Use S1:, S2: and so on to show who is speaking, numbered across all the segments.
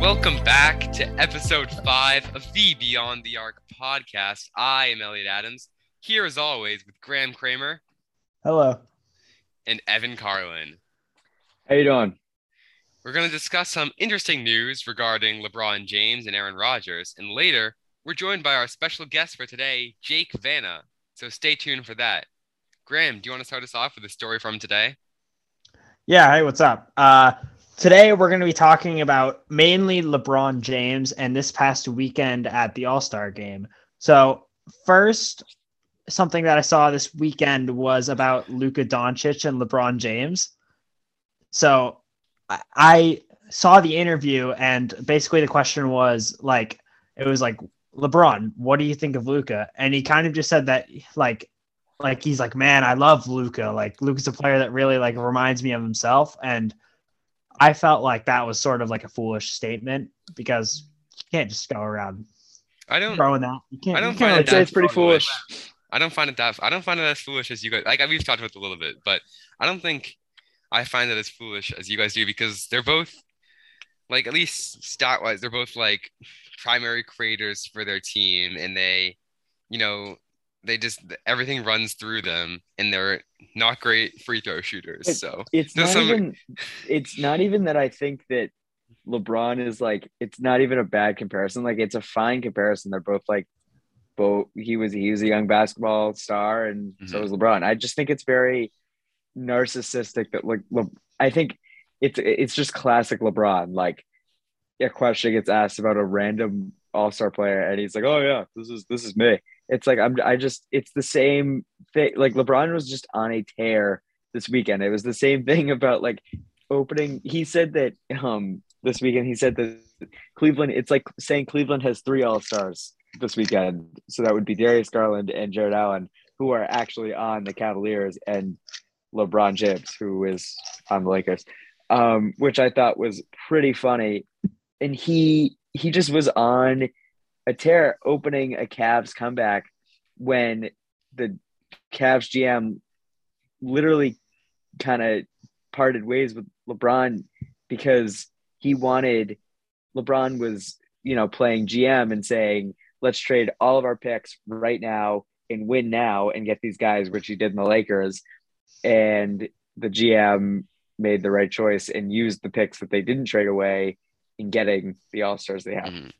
S1: Welcome back to episode five of the Beyond the Arc podcast. I am Elliot Adams, here as always with Graham Kramer
S2: Hello.
S1: and Evan Carlin.
S3: How you doing?
S1: We're going to discuss some interesting news regarding LeBron James and Aaron Rodgers, and later we're joined by our special guest for today, Jake Vanna. So stay tuned for that. Graham, do you want to start us off with a story from today?
S2: Yeah. Hey, what's up? Uh, today we're going to be talking about mainly LeBron James and this past weekend at the All Star game. So, first, something that I saw this weekend was about Luka Doncic and LeBron James. So, I, I saw the interview, and basically the question was like, it was like, LeBron, what do you think of Luka? And he kind of just said that, like, like he's like, man, I love Luca. Like Luca's a player that really like reminds me of himself, and I felt like that was sort of like a foolish statement because you can't just go around
S1: I don't.
S2: throwing that. You
S1: Hmm.
S2: can't.
S1: I don't find
S2: you
S1: it
S2: can't, like,
S3: I'd
S1: that-
S3: say it's pretty foolish.
S1: I don't find it that I don't find it as foolish as you guys. Like we've talked about it a little bit, but I don't think I find it as foolish as you guys do because they're both like at least stat wise, they're both like primary creators for their team, and they, you know, they just everything runs through them, and they're not great free throw shooters. So
S3: It's not
S1: There's some-
S3: even. It's not even that I think that LeBron is like. It's not even a bad comparison. Like it's a fine comparison. They're both like, both. He was he was a young basketball star, and so
S1: Mhm.
S3: was LeBron. I just think it's very narcissistic that like. Le, I think it's it's just classic LeBron. Like a question gets asked about a random All Star player, and he's like, "Oh yeah, this is this is me." It's like I'm. I just. It's the same thing. Like LeBron was just on a tear this weekend. It was the same thing about like opening. He said that um this weekend. He said that Cleveland. It's like saying Cleveland has three All Stars this weekend. So that would be Darius Garland and Jared Allen, who are actually on the Cavaliers, and LeBron James, who is on the Lakers. Um, which I thought was pretty funny, and he he just was on a tear opening a Cavs comeback when the Cavs GM literally kind of parted ways with LeBron because he wanted LeBron was, you know, playing GM and saying, let's trade all of our picks right now and win now and get these guys, which he did in the Lakers. And the GM made the right choice and used the picks that they didn't trade away in getting the All Stars they have.
S1: Mhm.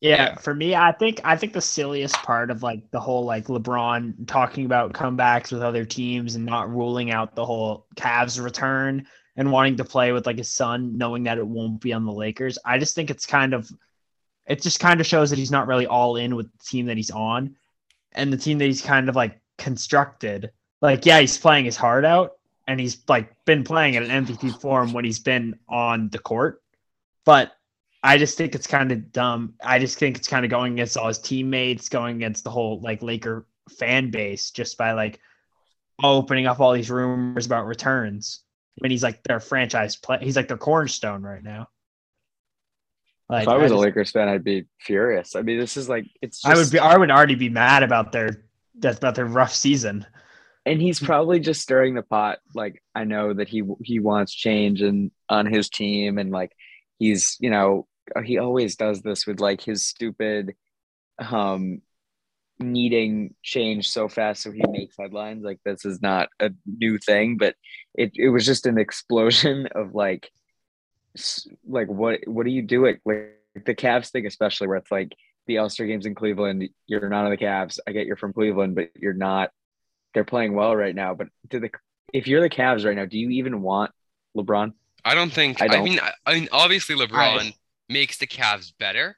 S2: Yeah, for me, I think I think the silliest part of like the whole like LeBron talking about comebacks with other teams and not ruling out the whole Cavs return and wanting to play with like his son, knowing that it won't be on the Lakers. I just think it's kind of it just kind of shows that he's not really all in with the team that he's on and the team that he's kind of like constructed. Like, yeah, he's playing his heart out and he's like been playing at an MVP form when he's been on the court. But I just think it's kind of dumb. I just think it's kind of going against all his teammates, going against the whole like Laker fan base just by like opening up all these rumors about returns when he's like their franchise play. He's like their cornerstone right now. Like,
S3: if I was a
S2: just-
S3: Lakers fan, I'd be furious. I mean, this is like it's. Just,
S2: I would be. I would already be mad about their that's about their rough season.
S3: and he's probably just stirring the pot like i know that he he wants change and on his team and like he's you know he always does this with like his stupid um needing change so fast so he makes headlines like this is not a new thing but it, it was just an explosion of like s- like what what do you do it like the Cavs thing especially where it's like the All-Star games in Cleveland you're not on the Cavs I get you're from Cleveland but you're not they're playing well right now but do the if you're the Cavs right now do you even want LeBron
S1: I don't think.
S3: I
S1: I,
S3: don't.
S1: mean, I, I mean, obviously LeBron makes the Cavs better,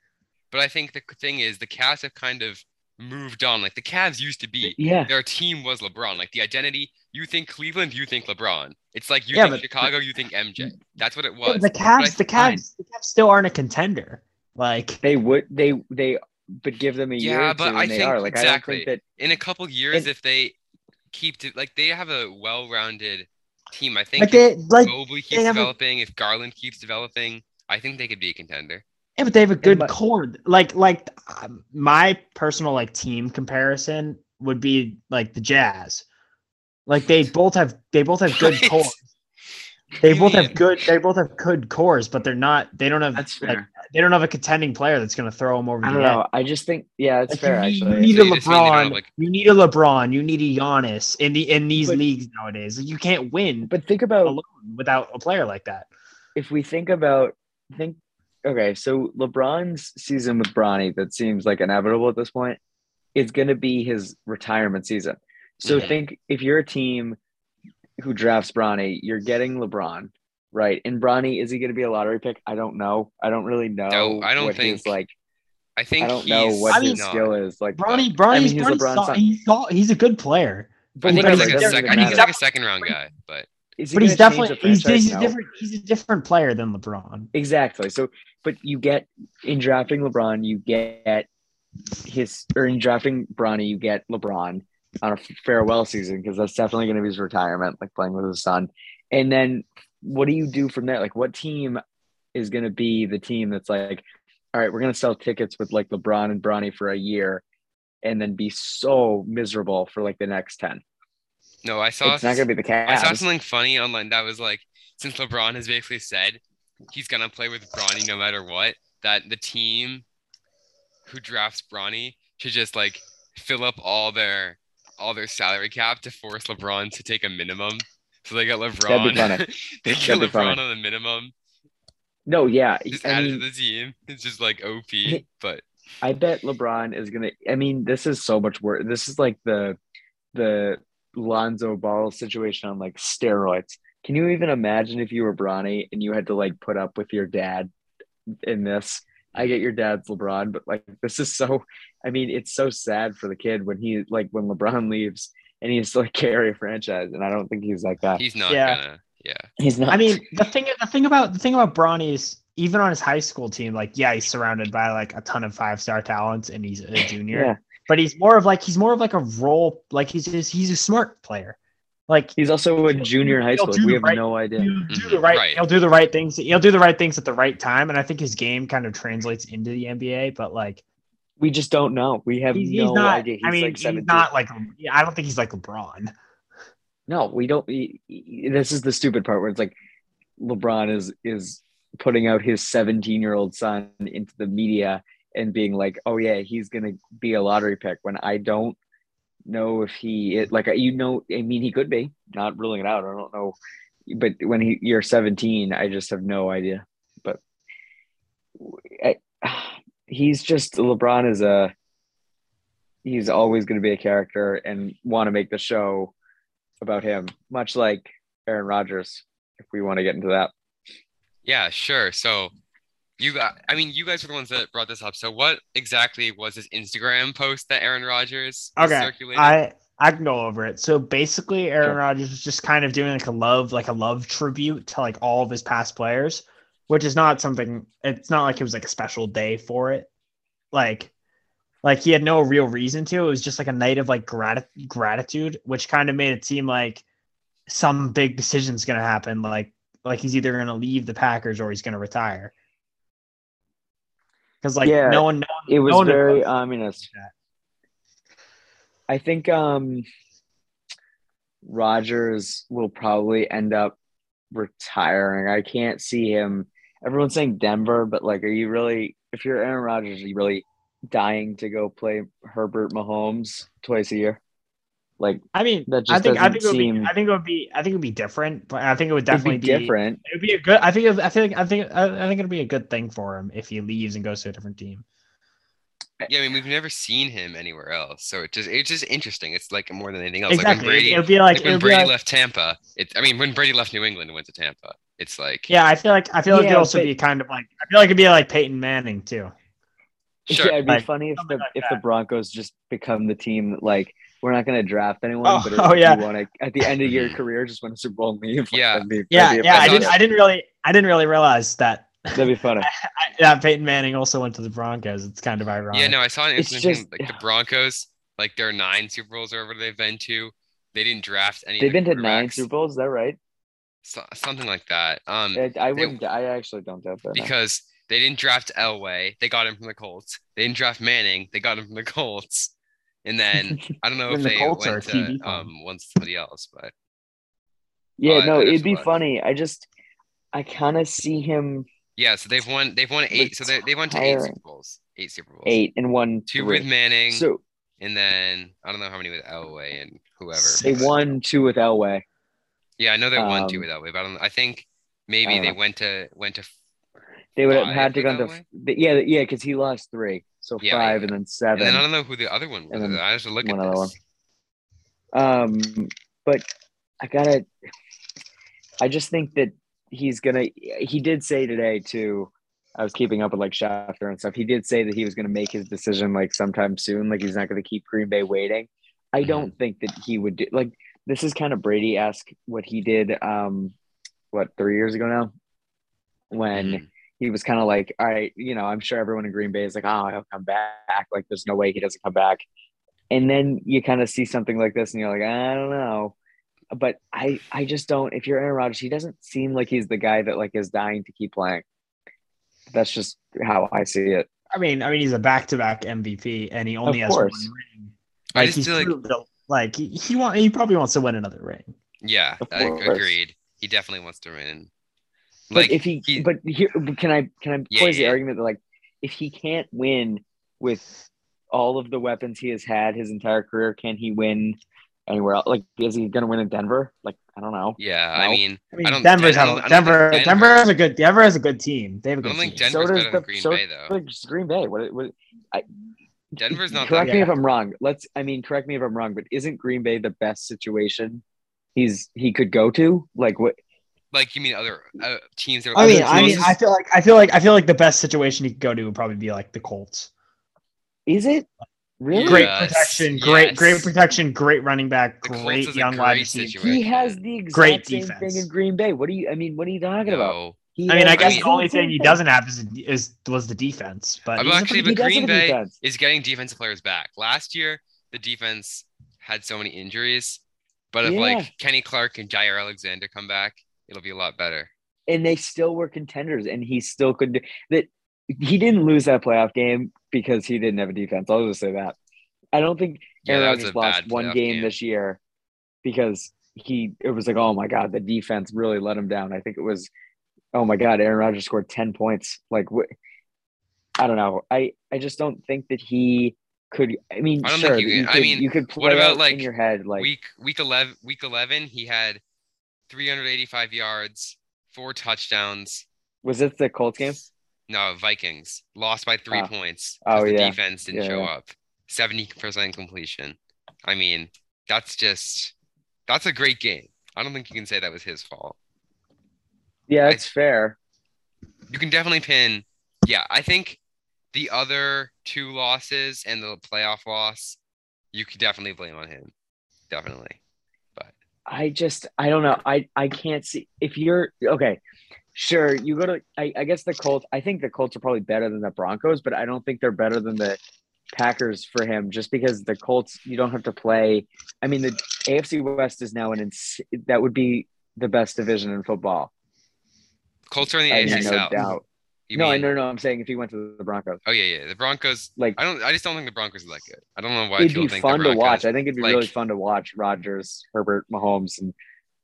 S1: but I think the thing is the Cavs have kind of moved on. Like the Cavs used to be
S3: yeah
S1: their team was LeBron. Like the identity, you think Cleveland, you think LeBron. It's like you
S2: Yeah,
S1: think
S2: but-
S1: Chicago, you think MJ. That's what it was.
S2: The
S1: But
S2: Cavs,
S1: I-
S2: the Cavs, the Cavs still aren't a contender. Like
S3: they would they they but give them a year
S1: Yeah,
S3: or
S1: but
S3: two and
S1: I
S3: they
S1: think-
S3: are like I
S1: exactly.
S3: don't think that
S1: In a couple years,
S3: And-
S1: if they keep to, like they have a well-rounded team, I think
S2: like
S1: if
S2: they like
S1: Mobley keeps
S2: have a-
S1: developing, if Garland keeps developing, I think they could be a contender.
S2: Yeah, but they have a good
S3: but-
S2: core. Like, like um, my personal like team comparison would be like the Jazz. Like they both have, they both have good
S1: Right.
S2: core. They both
S1: Killian.
S2: have good. They both have good cores, but they're not. They don't have.
S3: That's
S2: like,
S3: fair.
S2: they don't have a contending player that's going to throw them over
S3: I
S2: the
S3: don't
S2: edge.
S3: know. I just think yeah, it's
S2: Like,
S3: fair
S2: you
S3: actually.
S2: need
S1: So
S2: a
S1: you just need to have,
S2: LeBron.
S1: like-
S2: You need a LeBron. You need a Giannis in the in these
S3: But-
S2: leagues nowadays. You can't win
S3: But think about
S2: alone without a player like that.
S3: if we think about think okay, so LeBron's season with Bronny that seems like inevitable at this point is going to be his retirement season. So
S1: Mhm.
S3: think if you're a team who drafts Bronny, you're getting LeBron, right? And Bronny is he going to be a lottery pick? I don't know. I don't really know.
S1: No, I don't
S3: what he's
S1: think-
S3: like.
S1: I think
S3: I don't know
S1: he's
S3: what
S2: I mean-
S3: his
S1: not.
S3: skill is. Like
S2: Bronny, Bronny,
S3: mean, he's
S2: Bronny's
S3: LeBron's
S2: sol-
S3: son.
S2: he's, sol- he's a good player,
S1: I
S3: but
S1: think
S2: But
S1: he's
S2: he's
S1: like a
S2: definitely
S1: sec- I think he's
S2: matter.
S1: like a second round guy, but
S3: Is he
S2: but he's
S3: gonna change
S2: definitely
S3: the
S2: he's,
S3: franchise?
S2: he's a
S3: No.
S2: different he's a different player than LeBron.
S3: Exactly. So, but you get in drafting LeBron, you get his, or in drafting Bronny, you get LeBron on a farewell season because that's definitely going to be his retirement, like playing with his son. And then what do you do from there? Like, what team is going to be the team that's like, all right, we're going to sell tickets with like LeBron and Bronny for a year and then be so miserable for like the next 10?
S1: no, I saw
S3: it's not going to be the
S1: I saw
S3: Cavs.
S1: something funny online that was like, since LeBron has basically said he's gonna play with Bronny no matter what, that the team who drafts Bronny should just like fill up all their all their salary cap to force LeBron to take a minimum. So they got LeBron.
S3: funny.
S1: they get
S3: That'd be
S1: LeBron
S3: funny.
S1: on the minimum.
S3: No, yeah.
S1: Just
S3: I
S1: added
S3: mean-
S1: to the team. It's just like OP. But
S3: I bet LeBron is gonna. I mean, this is so much worse. This is like the the Lonzo Ball situation on like steroids. Can you even imagine if you were Bronny and you had to like put up with your dad in this? I get your dad's LeBron, but like this is so. I mean, it's so sad for the kid when he like when LeBron leaves and he has to like carry a franchise, and I don't think he's like that.
S1: he's not
S2: Yeah.
S1: gonna yeah.
S3: He's not.
S2: I mean, the thing the thing about the thing about Bronny is even on his high school team, like yeah, he's surrounded by like a ton of five star talents, and he's a junior.
S3: yeah,
S2: But he's more of like he's more of like a role, like he's just, he's a smart player. Like
S3: he's also a junior in high
S2: He'll
S3: school.
S2: do
S3: We have
S2: right-
S3: no idea.
S2: he'll do the
S1: Mhm,
S2: right,
S1: right.
S2: he'll do the right things. He'll do the right things at the right time, and I think his game kind of translates into the NBA. But like
S3: We just don't know. We have
S2: he's, he's
S3: no
S2: not.
S3: idea. He's
S2: I mean,
S3: like
S2: he's
S3: 17.
S2: not like yeah, I don't think he's like LeBron.
S3: No, we don't. e- e- This is the stupid part where it's like LeBron is is putting out his 17 year old son into the media and being like, "Oh yeah, he's gonna be a lottery pick." When I don't know if he it, like you know, I mean, he could be. Not ruling it out. I don't know, but when he, you're 17, I just have no idea. But I, he's just LeBron is a. He's always going to be a character and want to make the show about him, much like Aaron Rodgers, if we want to get into that.
S1: Yeah, sure. So you got, I mean, you guys were the ones that brought this up. So what exactly was this Instagram post that Aaron Rodgers was
S2: Okay,
S1: circulating?
S2: I I can go over it. So basically, Aaron
S3: Sure.
S2: Rodgers was just kind of doing like a love, like a love tribute to like all of his past players, which is not something. It's not like it was like a special day for it. Like, like he had no real reason to. It was just like a night of like grat- gratitude, which kind of made it seem like some big decision's gonna happen. Like, like he's either gonna leave the Packers or he's gonna retire. Because like
S3: Yeah.
S2: no one, no
S3: It was
S2: one
S3: very
S2: knows.
S3: ominous. I think um, Rodgers will probably end up retiring. I can't see him. Everyone's saying Denver, but like, are you really? If you're Aaron Rodgers, are you really dying to go play Herbert Mahomes twice a year? Like
S2: I mean,
S3: that
S2: I
S3: just
S2: think I
S3: doesn't
S2: think it would
S3: seem-
S2: be I think it would be I think it would be different, but I think it would
S3: it'd
S2: definitely
S3: be different.
S2: It would be a good. I think. it- I think. I think. I I think it'd be a good thing for him if he leaves and goes to a different team.
S1: yeah, I mean, we've never seen him anywhere else, so it just it's just interesting. It's like more than anything else. Like when
S2: exactly.
S1: Brady,
S2: it would be like.
S1: like
S2: it
S1: when
S2: would be
S1: Brady
S2: like-
S1: left Tampa. It, I mean, when Brady left New England and went to Tampa, it's like
S2: yeah, I feel like I feel like
S3: Yeah,
S2: it'd also
S3: but-
S2: be kind of like I feel like it'd be like Peyton Manning too.
S1: sure.
S3: Yeah, it'd be
S2: Like,
S3: funny if the
S2: something like
S3: if the Broncos just become the team that like we're not gonna draft anyone,
S2: Oh,
S3: but
S2: oh, yeah.
S3: you want to at the end of your career just win a Super Bowl and leave. Like,
S1: Yeah.
S3: that'd be,
S2: Yeah,
S3: that'd be
S2: yeah. I
S1: Peyton
S2: didn't.
S1: Manning.
S2: I didn't really. I didn't really realize that
S3: that'd be funny.
S2: I, that Peyton Manning also went to the Broncos. It's kind of ironic.
S1: Yeah, no, I saw an
S3: It's
S1: interesting thing,
S3: just-
S1: like the Broncos, like their nine Super Bowls or whatever they've been to. They didn't draft any. of
S3: They've
S1: the
S3: been to nine
S1: quarterbacks, Mm-hmm.
S3: Super Bowls, is that right?
S1: so- something like that. Um,
S3: I, I wouldn't. I actually don't doubt that. no.
S1: because they didn't draft Elway, they got him from the Colts. They didn't draft Manning, they got him from the Colts. And then I don't know if
S2: Then the
S1: they
S2: Colts are
S1: went
S2: a TV
S1: to
S2: farm.
S1: um, one somebody else, but
S3: Yeah,
S1: Uh,
S3: no,
S1: that is
S3: it'd be
S1: what.
S3: funny. I just, I kind of see him
S1: Yeah, so they've won. They've won eight. So they they won to eight
S3: Retiring.
S1: Super Bowls. Eight Super Bowls.
S3: eight and one
S1: Two
S3: three.
S1: with Manning,
S3: So
S1: and then I don't know how many with Elway and whoever.
S3: they
S1: but-
S3: won two with Elway.
S1: Yeah, I know they won two
S3: um,
S1: with Elway, but I, don't, I think maybe
S3: don't
S1: they
S3: know.
S1: went to went to.
S3: They would have
S1: Five
S3: had to
S1: with
S3: gone to
S1: Oh, Elway?
S3: the, yeah yeah because he lost three, so
S1: Yeah,
S3: five
S1: yeah.
S3: and then
S1: And
S3: seven.
S1: then I don't know who the other one was.
S3: And then
S1: I have to look at
S3: one other
S1: this.
S3: Um, but I gotta. I just think that he's gonna. He did say today too. I was keeping up with like Shafter and stuff. He did say that he was gonna make his decision like sometime soon. Like he's not gonna keep Green Bay waiting. I don't think that he would do like this is kind of Brady esque what he did. Um, what three years ago now, when
S1: Mhm.
S3: he was kind of like, all right, you know, I'm sure everyone in Green Bay is like, oh, he'll come back. Like, there's no way he doesn't come back. And then you kind of see something like this, and you're like, I don't know. But I, I just don't. If you're Aaron Rodgers, he doesn't seem like he's the guy that like is dying to keep playing. That's just how I see it.
S2: I mean, I mean, he's a back-to-back MVP, and he only has
S3: course.
S2: one ring.
S1: I
S2: Like,
S1: just
S2: he's
S1: feel like
S2: proved that- like he, he want, he probably wants to win another ring.
S1: yeah,
S3: Of
S1: I,
S3: course.
S1: agreed. He definitely wants to win.
S3: But
S1: Like
S3: if he,
S1: he-
S3: but here, but can I, can I
S1: Yeah,
S3: pose
S1: yeah.
S3: the argument that like, if he can't win with all of the weapons he has had his entire career, can he win anywhere else? Like, is he going to win in Denver? Like, I don't know.
S1: yeah, I
S3: No.
S1: mean,
S2: I mean,
S1: don't-
S2: Denver's
S1: I
S2: had
S1: don't- I
S2: a-
S1: don't
S2: Denver,
S1: think
S2: Denver.
S1: Denver-
S2: has a good. Denver has a good team. They have a
S1: I
S2: good
S1: don't think
S2: team.
S1: Denver's
S3: does
S1: better
S3: the-
S1: than Green
S3: so
S1: Bay though.
S3: Like it's Green Bay. What? what I,
S1: Denver's not that.
S3: Correct
S2: that
S3: me
S2: bad.
S3: if I'm wrong. Let's. I mean, correct me if I'm wrong, but isn't Green Bay the best situation he's he could go to? Like what?
S1: Like you mean other uh, teams? That are
S2: I mean,
S3: other
S2: I mean,
S3: teams-
S2: I feel like I feel like I feel like the best situation he could go to would probably be like the Colts.
S3: Is it really?
S2: Great
S1: Yes,
S2: protection, great, great
S1: yes.
S2: protection, great running back,
S1: The Colts is
S2: great
S1: a
S2: young wide
S1: great
S2: receiver.
S1: situation.
S3: He has the exact
S2: Great
S3: same
S2: defense.
S3: thing in Green Bay. What do you? I mean, what are you talking about?
S1: No.
S3: He
S2: I mean,
S3: has
S2: I guess
S1: mean-
S2: the only
S3: same
S2: thing he doesn't have is is was the defense. But
S1: I'm
S2: he's a
S1: actually-
S2: pretty-
S1: But
S3: He does
S1: Green
S3: it
S1: Bay-
S3: defense.
S1: is getting defensive players back. Last year, the defense had so many injuries, but if
S3: Yeah.
S1: like Kenny Clark and Jair Alexander come back, it'll be a lot better.
S3: and they still were contenders, and he still could do that. He didn't lose that playoff game because he didn't have a defense. I'll just say that. I don't think
S1: Yeah,
S3: Aaron
S1: that was
S3: Rodgers
S1: a
S3: lost
S1: bad
S3: one
S1: playoff
S3: game, this year because he it was like, oh my god, the defense really let him down. I think it was, oh my god, Aaron Rodgers scored ten points. Like, wh- I don't know. I I just don't think that he could. I mean,
S1: I don't
S3: sure,
S1: think you
S3: that
S1: can- I
S3: could,
S1: mean,
S3: you could play
S1: what about,
S3: out in
S1: like,
S3: your head, like
S1: week week 11 week 11 he had 385 yards, four touchdowns.
S3: was this the Colts game?
S1: No, Vikings lost by three
S3: Ah.
S1: points.
S3: Oh,
S1: because the
S3: yeah.
S1: defense didn't
S3: Yeah,
S1: show
S3: yeah.
S1: up. 70% completion. I mean, that's just that's a great game. I don't think you can say that was his fault.
S3: Yeah,
S1: I-
S3: it's fair.
S1: you can definitely pin. Yeah, I think the other two losses and the playoff loss, you could definitely blame on him. Definitely.
S3: I just I don't know. I I can't see if you're okay. Sure, you go to I, I guess the Colts. I think the Colts are probably better than the Broncos, but I don't think they're better than the Packers for him. Just because the Colts, you don't have to play. I mean, the AFC West is now an ins- that would be the best division in football.
S1: Colts are in the
S3: I mean,
S1: AFC
S3: no
S1: South.
S3: doubt.
S1: You
S3: no, I
S1: mean-
S3: no no. I'm saying if he went to the Broncos,
S1: Oh yeah, yeah. The Broncos.
S3: like
S1: I don't. I just don't think the Broncos are that good. I don't know why
S3: it'd
S1: people
S3: be
S1: think the
S3: fun to
S1: Broncos.
S3: watch. I think it'd be
S1: like-
S3: really fun to watch Rodgers, Herbert, Mahomes, and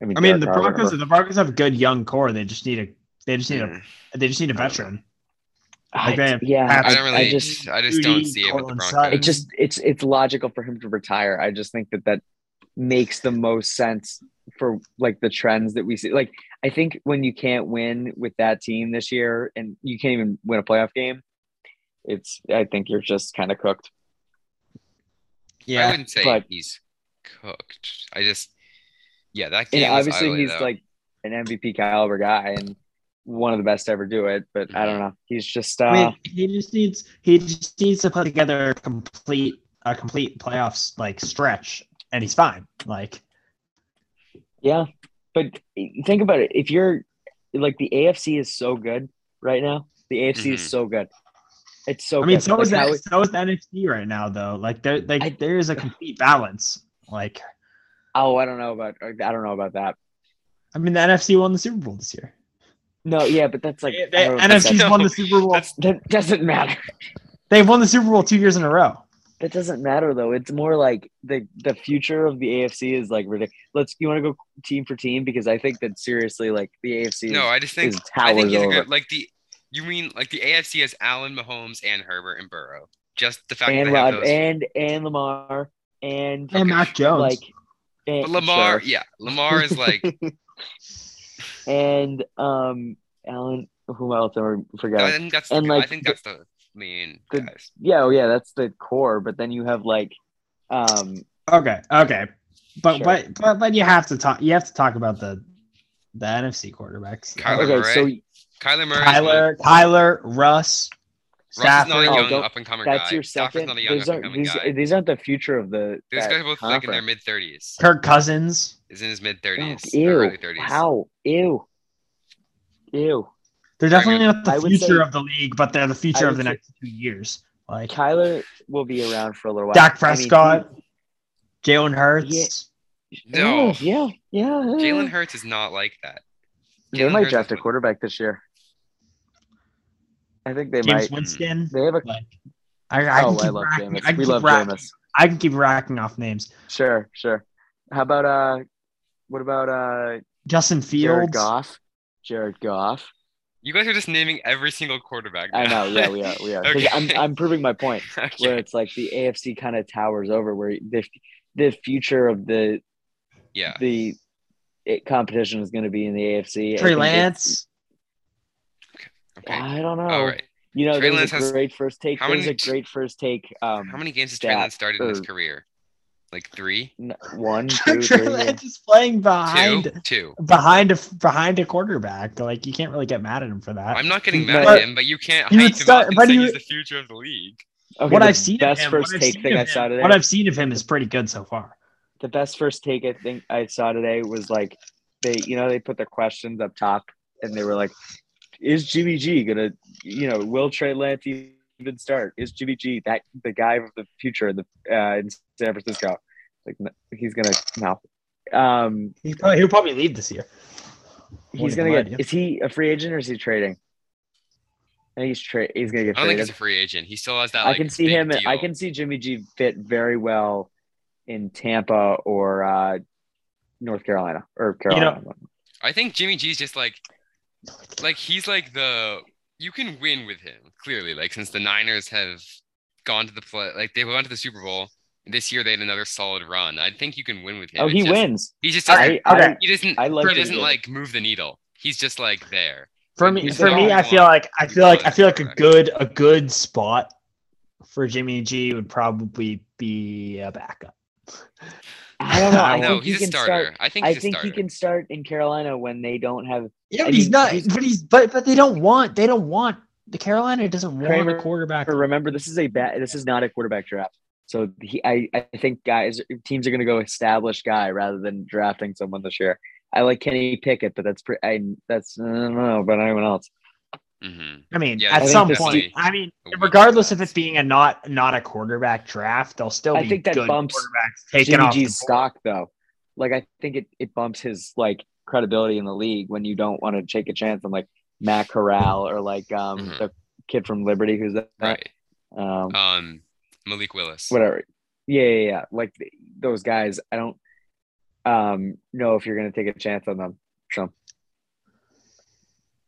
S3: I mean,
S2: I mean,
S3: Derek
S2: the
S3: Carr,
S2: Broncos.
S3: whatever.
S2: The Broncos have a good young core. They just need a. They just need
S1: Mm.
S2: a. They just need a
S1: I don't
S2: veteran.
S3: I-
S2: like, they have
S3: yeah,
S2: Patrick
S1: I don't really.
S3: I
S1: I
S3: just
S1: just, don't
S2: Judy,
S1: see it with the
S2: Cortland
S1: Broncos.
S2: Sutton.
S3: it just it's it's logical for him to retire. I just think that that makes the most sense for like the trends that we see. Like I think when you can't win with that team this year and you can't even win a playoff game, it's I think you're just kind of cooked.
S1: I
S2: Yeah,
S1: wouldn't say
S3: but-
S1: he's cooked. I just. Yeah, that
S3: And
S1: game. was
S3: obviously
S1: ugly,
S3: he's
S1: though.
S3: like an MVP caliber guy and one of the best to ever do it, but I don't know. He's just uh
S2: I mean, he just needs he just needs to put together a complete a complete playoffs like stretch, and he's fine. Like
S3: Yeah, but think about it. If you're like the AFC is so good right now, the AFC
S1: Mhm.
S3: is so good. It's so.
S2: I mean,
S3: good.
S2: so
S3: Like,
S2: is
S3: how
S2: that
S3: it-
S2: so is the NFC right now though. Like there like
S3: I-
S2: there is a complete balance. Like
S3: oh, I don't know about. I don't know about that.
S2: I mean, the NFC won the Super Bowl this year.
S3: No, yeah, but that's like
S2: They-
S3: I don't know if
S2: NFC's
S3: that's-
S2: won the Super Bowl.
S1: That's-
S3: that doesn't matter.
S2: They've won the Super Bowl two years in a row.
S3: That doesn't matter though. It's more like the the future of the AFC is like ridiculous. Let's you want to go team for team because I think that seriously, like the AFC.
S1: No,
S3: is,
S1: I just think
S3: his
S1: I think
S3: towers
S1: he's a
S3: over.
S1: good like the you mean like the AFC has Allen, Mahomes, and Herbert and Burrow. Just the fact
S3: and
S1: that they have
S3: Rob
S1: those.
S3: and and Lamar and
S2: And Mac Jones.
S3: like and,
S1: but Lamar,
S3: sure.
S1: yeah, Lamar is like
S3: and um Alan. Who else? I forgot.
S1: I think that's
S3: And,
S1: the, I
S3: like,
S1: think
S3: the-
S1: that's the main
S3: the-
S1: guys.
S3: yeah, oh, yeah, that's the core. But then you have like, um,
S2: Okay, okay, but
S3: Sure.
S2: but but but you have to talk. You have to talk about the the NFC quarterbacks.
S1: Kyler
S3: okay,
S1: Murray.
S3: so
S1: Kyler Murray,
S2: Tyler, Tyler, Russ,
S1: Russ is
S2: Stafford.
S1: not a
S3: Oh,
S1: young
S3: don't-
S1: up and coming guy.
S3: that's your
S1: Stafford's
S3: second.
S1: not a young
S3: These
S1: up and
S3: aren't
S1: coming
S3: these,
S1: guy.
S3: these aren't the future of the.
S1: Those
S3: that
S1: guys are both like in their
S3: conference.
S1: mid thirties.
S2: Kirk Cousins.
S1: Is in his mid thirties,
S3: Oh, ew,
S1: early thirties.
S3: How? Ew. Ew.
S2: They're
S1: Sorry,
S2: definitely not
S3: I
S2: the
S3: would
S2: future
S3: say-
S2: of the league, but they're the
S3: I
S2: future of
S3: would
S2: the
S3: say-
S2: next two years. Like
S3: Kyler will be around for a little while.
S2: Dak
S3: I mean, he-
S2: Prescott, Jalen Hurts.
S1: No,
S3: Yeah, yeah.
S1: Jalen Hurts is not like that.
S3: They
S1: Jalen
S3: might
S1: Hurts
S3: draft
S1: is
S3: a
S1: what-
S3: quarterback this year. I think they
S2: James
S3: might.
S2: Winston.
S3: They have a.
S2: Like, I, I,
S3: oh,
S2: can
S3: I
S2: keep
S3: love
S2: racking, I
S3: Jameis.
S2: can
S3: We
S2: keep
S3: love
S2: rack-
S3: Jameis.
S2: I can keep racking off names.
S3: Sure, sure. How about uh, what about uh,
S2: Justin
S3: Jared
S2: Fields.
S3: Goff? Jared Goff.
S1: You guys are just naming every single quarterback.
S3: I
S1: now.
S3: know. Yeah, we are. We are. 'Cause
S1: Okay.
S3: I'm, I'm proving my point
S1: Okay.
S3: where it's like the AFC kind of towers over where the the future of the
S1: Yeah.
S3: the it, competition is going to be in the AFC.
S2: Trey
S3: I think it's-
S2: Lance.
S1: Okay.
S3: I don't know.
S1: All right.
S3: You know,
S1: Trey
S3: there
S1: Lance
S3: was
S1: has-
S3: a great first take.
S1: how
S3: There was
S1: many
S3: a
S1: t-
S3: great first take.
S1: How
S3: Um,
S1: many games has Trey
S3: Stat-
S1: Lance started in his
S3: er.
S1: career? Like three,
S3: n- one, two,
S2: Trey
S3: three. yeah.
S2: Lance is playing
S1: two,
S2: behind
S1: two.
S2: behind a behind a quarterback. Like you can't really get mad at him for that.
S1: I'm not getting
S3: He's
S1: mad
S2: not-
S1: at him, but you can't
S2: Uh, He would
S1: hype him
S2: start-
S1: up and
S2: but
S1: say
S2: he
S1: he's
S2: would-
S1: the future of the league.
S3: Okay,
S2: what
S3: the
S2: I've seen
S3: best
S2: of him,
S3: first
S2: what I've
S3: take
S2: seen
S3: thing
S2: of
S3: I saw
S2: him-
S3: today.
S2: What I've seen of him is pretty good so far.
S3: the best first take I think I saw today was like they, you know, they put the questions up top and they were like, "Is Jimmy G gonna, you know, will Trey Lance even start? Is Jimmy G that the guy of the future in the uh, in San Francisco? Like n- he's gonna no, um,
S2: He probably, he'll probably leave this year.
S3: he's
S2: Wouldn't lie
S3: gonna
S2: to you.
S3: get. Is he a free agent or is he trading? I think he's trade. He's gonna get
S1: I don't think
S3: traded.
S1: he's a free agent. He still has that.
S3: I
S1: like,
S3: can see
S1: big
S3: him. I
S1: deal.
S3: can see Jimmy G fit very well in Tampa or uh, North Carolina or Carolina.
S1: I think Jimmy G's just like, like he's like the you can win with him clearly. Like since the Niners have gone to the play, like they went to the Super Bowl this year, they had another solid run. I think you can win with him.
S3: oh,
S1: It's
S3: he
S1: just-
S3: wins.
S1: He just doesn't.
S3: I,
S2: Okay.
S3: I,
S1: he doesn't.
S3: I like
S1: he
S3: him,
S1: doesn't
S3: yeah.
S1: like move the needle. He's just like there.
S2: For me,
S3: He's
S2: for
S3: the
S2: me, I
S1: only
S2: feel
S1: one.
S2: like I
S1: He's
S2: feel like
S1: the
S2: I feel like a
S1: only
S2: good a good spot for Jimmy G would probably be a backup.
S3: I don't know. I
S1: no,
S3: think
S1: he's
S3: he
S1: a
S3: can
S1: starter.
S3: start.
S1: I think
S3: I
S1: he's
S3: think
S1: a
S3: he
S1: starter.
S3: can start in Carolina when they don't have.
S2: Yeah,
S3: I
S2: but he's
S3: mean,
S2: not.
S3: he's-
S2: but he's but but they don't want they don't want the Carolina doesn't want
S3: Kramer-
S2: a quarterback.
S3: Remember, this is a bad. This is not a quarterback draft. So he, I, I think guys, teams are going to go established guy rather than drafting someone this year. I like Kenny Pickett, but that's pretty. I, that's I don't know about anyone else.
S1: Mhm.
S2: I mean,
S1: Yeah,
S2: at
S3: I think
S2: some
S3: this-
S2: point, I mean,
S1: A weak
S2: regardless if
S1: draft.
S2: it's being a not not a quarterback draft, they'll still
S3: I
S2: be
S3: think that
S2: good
S3: bumps
S2: quarterbacks taken
S3: Jimmy
S2: off the
S3: G's
S2: board.
S3: stock though. Like I think it, it bumps his like credibility in the league when you don't want to take a chance on like Matt Corral or like um
S1: Mhm.
S3: the kid from Liberty who's that
S1: Right.
S3: um
S1: Um, Malik Willis.
S3: whatever. Yeah, yeah, yeah. Like th- those guys, I don't um know if you're gonna take a chance on them. So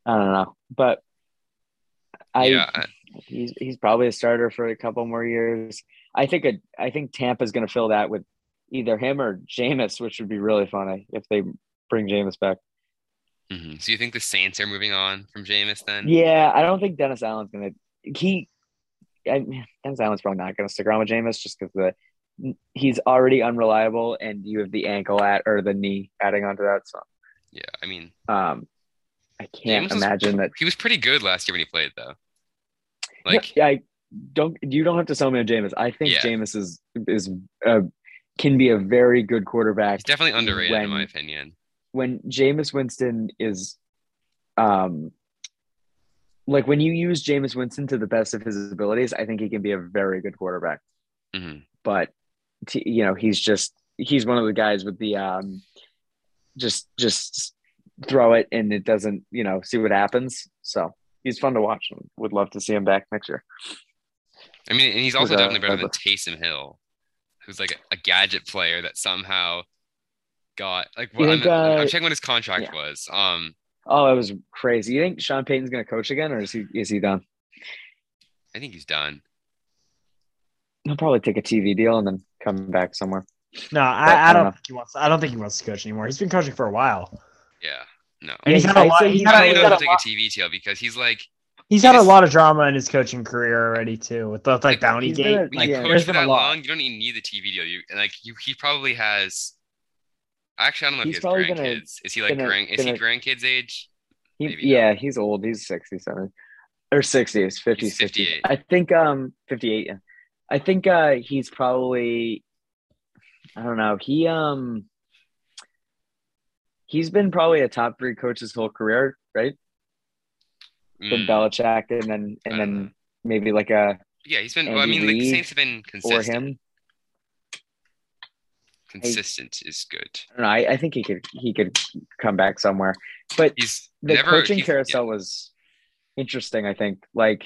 S3: I don't know. But I
S1: yeah, uh, I-
S3: he's he's probably a starter for a couple more years. I think a I think Tampa's going to fill that with either him or Jameis, which would be really funny if they bring Jameis back.
S1: mhm. So you think the Saints are moving on from Jameis then?
S3: Yeah, I don't think Dennis Allen's going to he. I, Dennis Allen's probably not going to stick around with Jameis just because the he's already unreliable, and you have the ankle at or the knee adding onto that. So
S1: Yeah, I mean,
S3: um, I can't
S1: Jameis is-
S3: imagine that.
S1: he was pretty good last year when he played though. Like
S3: yeah, I don't. You don't have to sell me on Jameis. I think
S1: Yeah.
S3: Jameis is is uh, can be a very good quarterback
S1: he's definitely underrated in my
S3: when-
S1: opinion.
S3: when Jameis Winston is, um, like when you use Jameis Winston to the best of his abilities, I think he can be a very good quarterback.
S1: Mhm.
S3: But t- you know, he's just he's one of the guys with the um, just just throw it and it doesn't you know see what happens. So he's fun to watch. and Would love to see him back next year.
S1: I mean, and he's also
S3: Okay,
S1: definitely better than
S3: but-
S1: Taysom Hill, who's like a, gadget player that somehow got like.
S3: You
S1: Well, I'm,
S3: think, uh,
S1: I'm checking what his contract
S3: yeah.
S1: was. Um,
S3: Oh, it was crazy. You think Sean Payton's gonna coach again, or is he is he done?
S1: I think he's done.
S3: He'll probably take a TV deal and then come back somewhere.
S2: No,
S3: But
S2: I,
S3: I
S2: I don't
S3: don't
S2: think he wants. I don't think he wants to coach anymore. He's been coaching for a while,
S1: Yeah, no.
S2: and
S3: Yeah,
S2: he's
S3: he's-
S2: had a
S3: I'd
S2: lot.
S3: say
S2: He's
S3: he's
S1: I
S2: had,
S1: don't even
S2: he's,
S3: Yeah, he's
S1: know
S2: had
S1: if
S2: a,
S1: he'll take a TV deal because he's like
S2: he's had a
S1: he's-
S2: lot of drama in his coaching career already too, with the like bounty
S3: He's
S2: gate.
S3: been a-
S1: when
S2: like,
S1: you
S3: yeah.
S1: coach
S2: there's
S1: for
S2: been a
S1: that
S2: lot.
S1: long, you don't even need the TV deal. You and like you, he probably has. Actually, I don't know
S3: He's
S1: if
S3: probably
S1: he has
S3: gonna-
S1: grandkids. Is he like
S3: gonna-
S1: grand? Is he
S3: gonna-
S1: grandkids age?
S3: He,
S1: Maybe
S3: yeah, he's old. He's 67 or 60s, 50s,
S1: He's 58.
S3: 58. I think um 58. Yeah. I think uh he's probably I don't know. He um he's been probably a top 3 coach his whole career, right?
S2: Hmm.
S3: Been
S1: Mm.
S3: Belichick and then
S1: I
S3: and
S1: don't
S3: then
S2: Uh,
S1: know.
S3: maybe like a
S1: Yeah, he's been. Well, I
S3: Andy
S1: mean, like the
S3: Reid
S1: Saints have been
S3: or
S1: consistent.
S3: him.
S1: Consistent is good.
S3: I don't know. I, I think he could he could come back somewhere. But
S1: He's
S3: the
S1: never
S3: coaching
S1: he's-
S3: carousel was interesting. I think like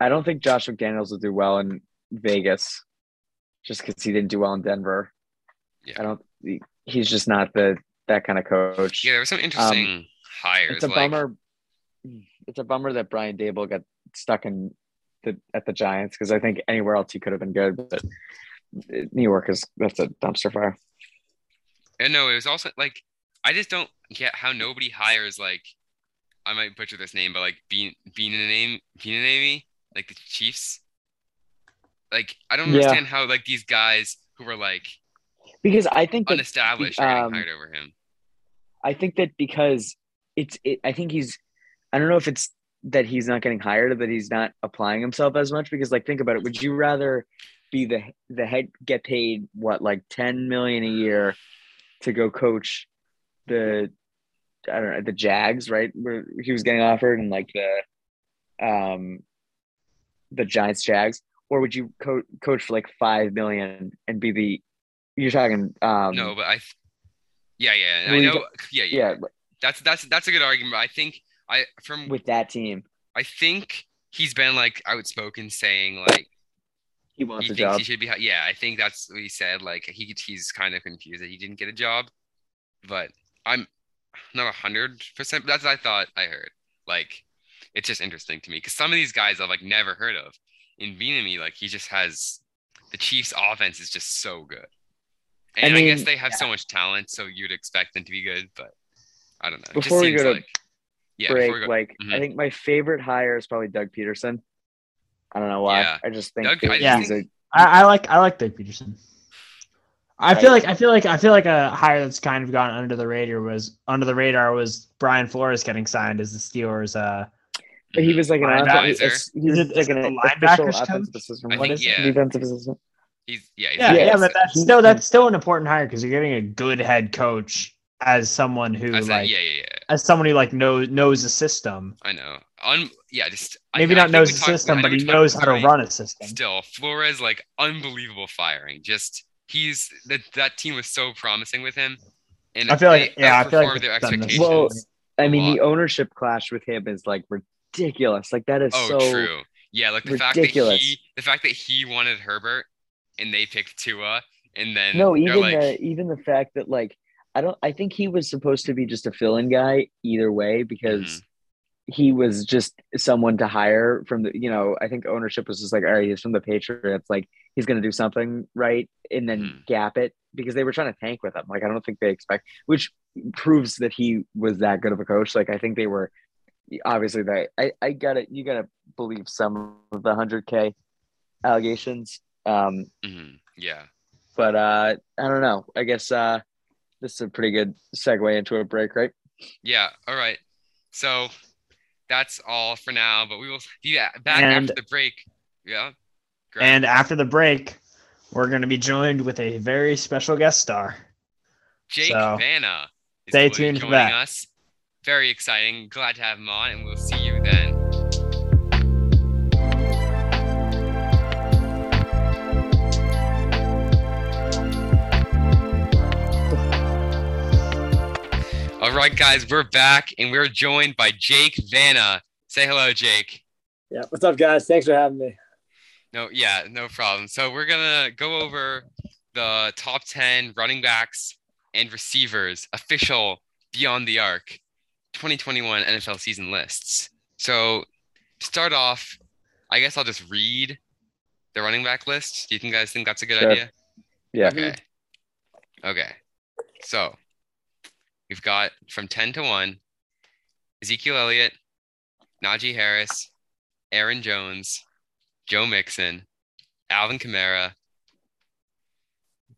S3: I don't think Josh McDaniels will do well in Vegas, just because he didn't do well in Denver.
S1: Yeah.
S3: I don't. he- He's just not the that kind of coach. Um,
S1: Yeah, there were some interesting hires.
S3: it's a
S1: like,
S3: bummer. It's a bummer that Brian Dable got stuck in the at the Giants because I think anywhere else he could have been good, but New York is that's a dumpster fire.
S1: And no, it was also like I just don't get how nobody hires like I might butcher this name, but like Bean Bean and name Bean and Amy, like the Chiefs. Like I don't
S3: Yeah.
S1: understand how like these guys who were like
S3: Because I think that
S1: unestablished are getting
S3: um,
S1: hired over him.
S3: I think that because it's it, I think he's I don't know if it's that he's not getting hired or that he's not applying himself as much because like think about it would you rather be the the head get paid what like 10 million a year to go coach the I don't know the Jags right where he was getting offered and like the um the Giants Jags or would you co- coach for like 5 million and be the you're talking um
S1: No, but I th- yeah, yeah. I
S3: Well, you
S1: know yeah, yeah,
S3: yeah
S1: That's that's that's a good argument. I think I from
S3: with that team
S1: I think he's been like outspoken saying like
S3: he wants
S1: he
S3: a
S1: thinks
S3: job
S1: he should be. hi- Yeah, I think that's what he said. Like he he's kind of confused that he didn't get a job, but I'm not a hundred percent. That's what I thought I heard. Like it's just interesting to me because some of these guys I've like never heard of. In Bienemy, like he just has the Chiefs' offense is just so good,
S3: I
S1: and I, guess
S3: mean,
S1: they have so much talent, so you'd expect them to be good. But I don't know. It just
S3: Before we
S1: seems
S3: go to
S1: like, yeah, before
S3: break.
S1: we go-
S3: like I
S1: Mhm.
S3: think my favorite hire is probably Doug Peterson. I don't know why.
S1: Yeah.
S3: I just think
S1: Doug-
S3: that
S1: I
S2: just
S3: he's a,
S2: I, I like I like Doug Peterson. I feel
S3: Right.
S2: like I feel like I feel like a hire that's kind of gone under the radar was under the radar was Brian Flores getting signed as the Steelers. Uh,
S3: but
S1: mm-hmm.
S3: he was like an
S2: Linebacker.
S3: offensive. it's- He
S2: Is
S3: was
S2: it-
S3: like
S2: is it
S3: an
S2: the
S3: official
S2: linebackers coach?
S3: offensive assistant.
S1: I
S3: What
S1: think,
S3: is it?
S1: yeah.
S3: defensive assistant?
S1: he's yeah, he's
S2: yeah,
S1: good.
S2: yeah,
S3: yes.
S2: but that's
S3: He-
S2: still that's still an important hire because you're getting a good head coach as someone who
S1: I said,
S2: like
S1: yeah, yeah, yeah.
S2: as someone who like knows knows the system.
S1: I know. Un- yeah, just I-
S2: Maybe
S1: I
S2: not
S1: think
S2: knows
S1: we
S2: the
S1: talked- I
S2: system,
S1: know
S2: but
S1: we
S2: he
S1: talked
S2: knows how
S1: about
S2: to
S1: it
S2: run a system.
S1: Still, Flores like unbelievable firing. Just he's that that team was so promising with him, and
S2: I feel like
S1: they
S2: yeah, I feel
S1: outperformed
S2: like
S1: their
S2: they've done this.
S1: expectations.
S3: Well, I
S1: A
S3: mean, the
S1: lot.
S3: ownership clash with him is like ridiculous. Like that is
S1: oh,
S3: so.
S1: true. Yeah, like the fact that
S3: ridiculous.
S1: he the fact that he wanted Herbert and they picked Tua, and then
S3: No,
S1: they're
S3: even
S1: like,
S3: the even the fact that like I don't. I think he was supposed to be just a fill-in guy either way because.
S1: Mhm.
S3: He was just someone to hire from the, you know, I think ownership was just like, all right, he's from the Patriots. Like, he's going to do something right and then
S1: Hmm.
S3: gap it because they were trying to tank with him. Like, I don't think they expect, which proves that he was that good of a coach. Like, I think they were obviously they, I, I got to, you got to believe some of the 100K allegations. Um,
S1: mhm, yeah,
S3: but uh, I don't know. I guess uh, this is a pretty good segue into a break, right?
S1: yeah. All right, so that's all for now. But we will be a- back
S2: And-
S1: after the break. Yeah, Great.
S2: And after the break, we're going to be joined with a very special guest star.
S1: Jake
S2: So,
S1: Vanna. Is
S2: stay
S1: will be
S2: tuned for
S1: joining
S2: that.
S1: us. Very exciting. Glad to have him on, and we'll see you then. All right, guys, we're back, and we're joined by Jake Vanna. Say hello, Jake.
S4: Yeah. What's up, guys? Thanks for having me.
S1: No, yeah, no problem. So we're gonna go over the top ten running backs and receivers official Beyond the Arc 2021 NFL season lists. So to start off, I guess I'll just read the running back list. Do you think guys think that's a good
S3: Sure.
S1: idea?
S3: Yeah.
S1: Okay. Okay. So we've got from 10 to 1 Ezekiel Elliott, Najee Harris, Aaron Jones, Joe Mixon, Alvin Kamara,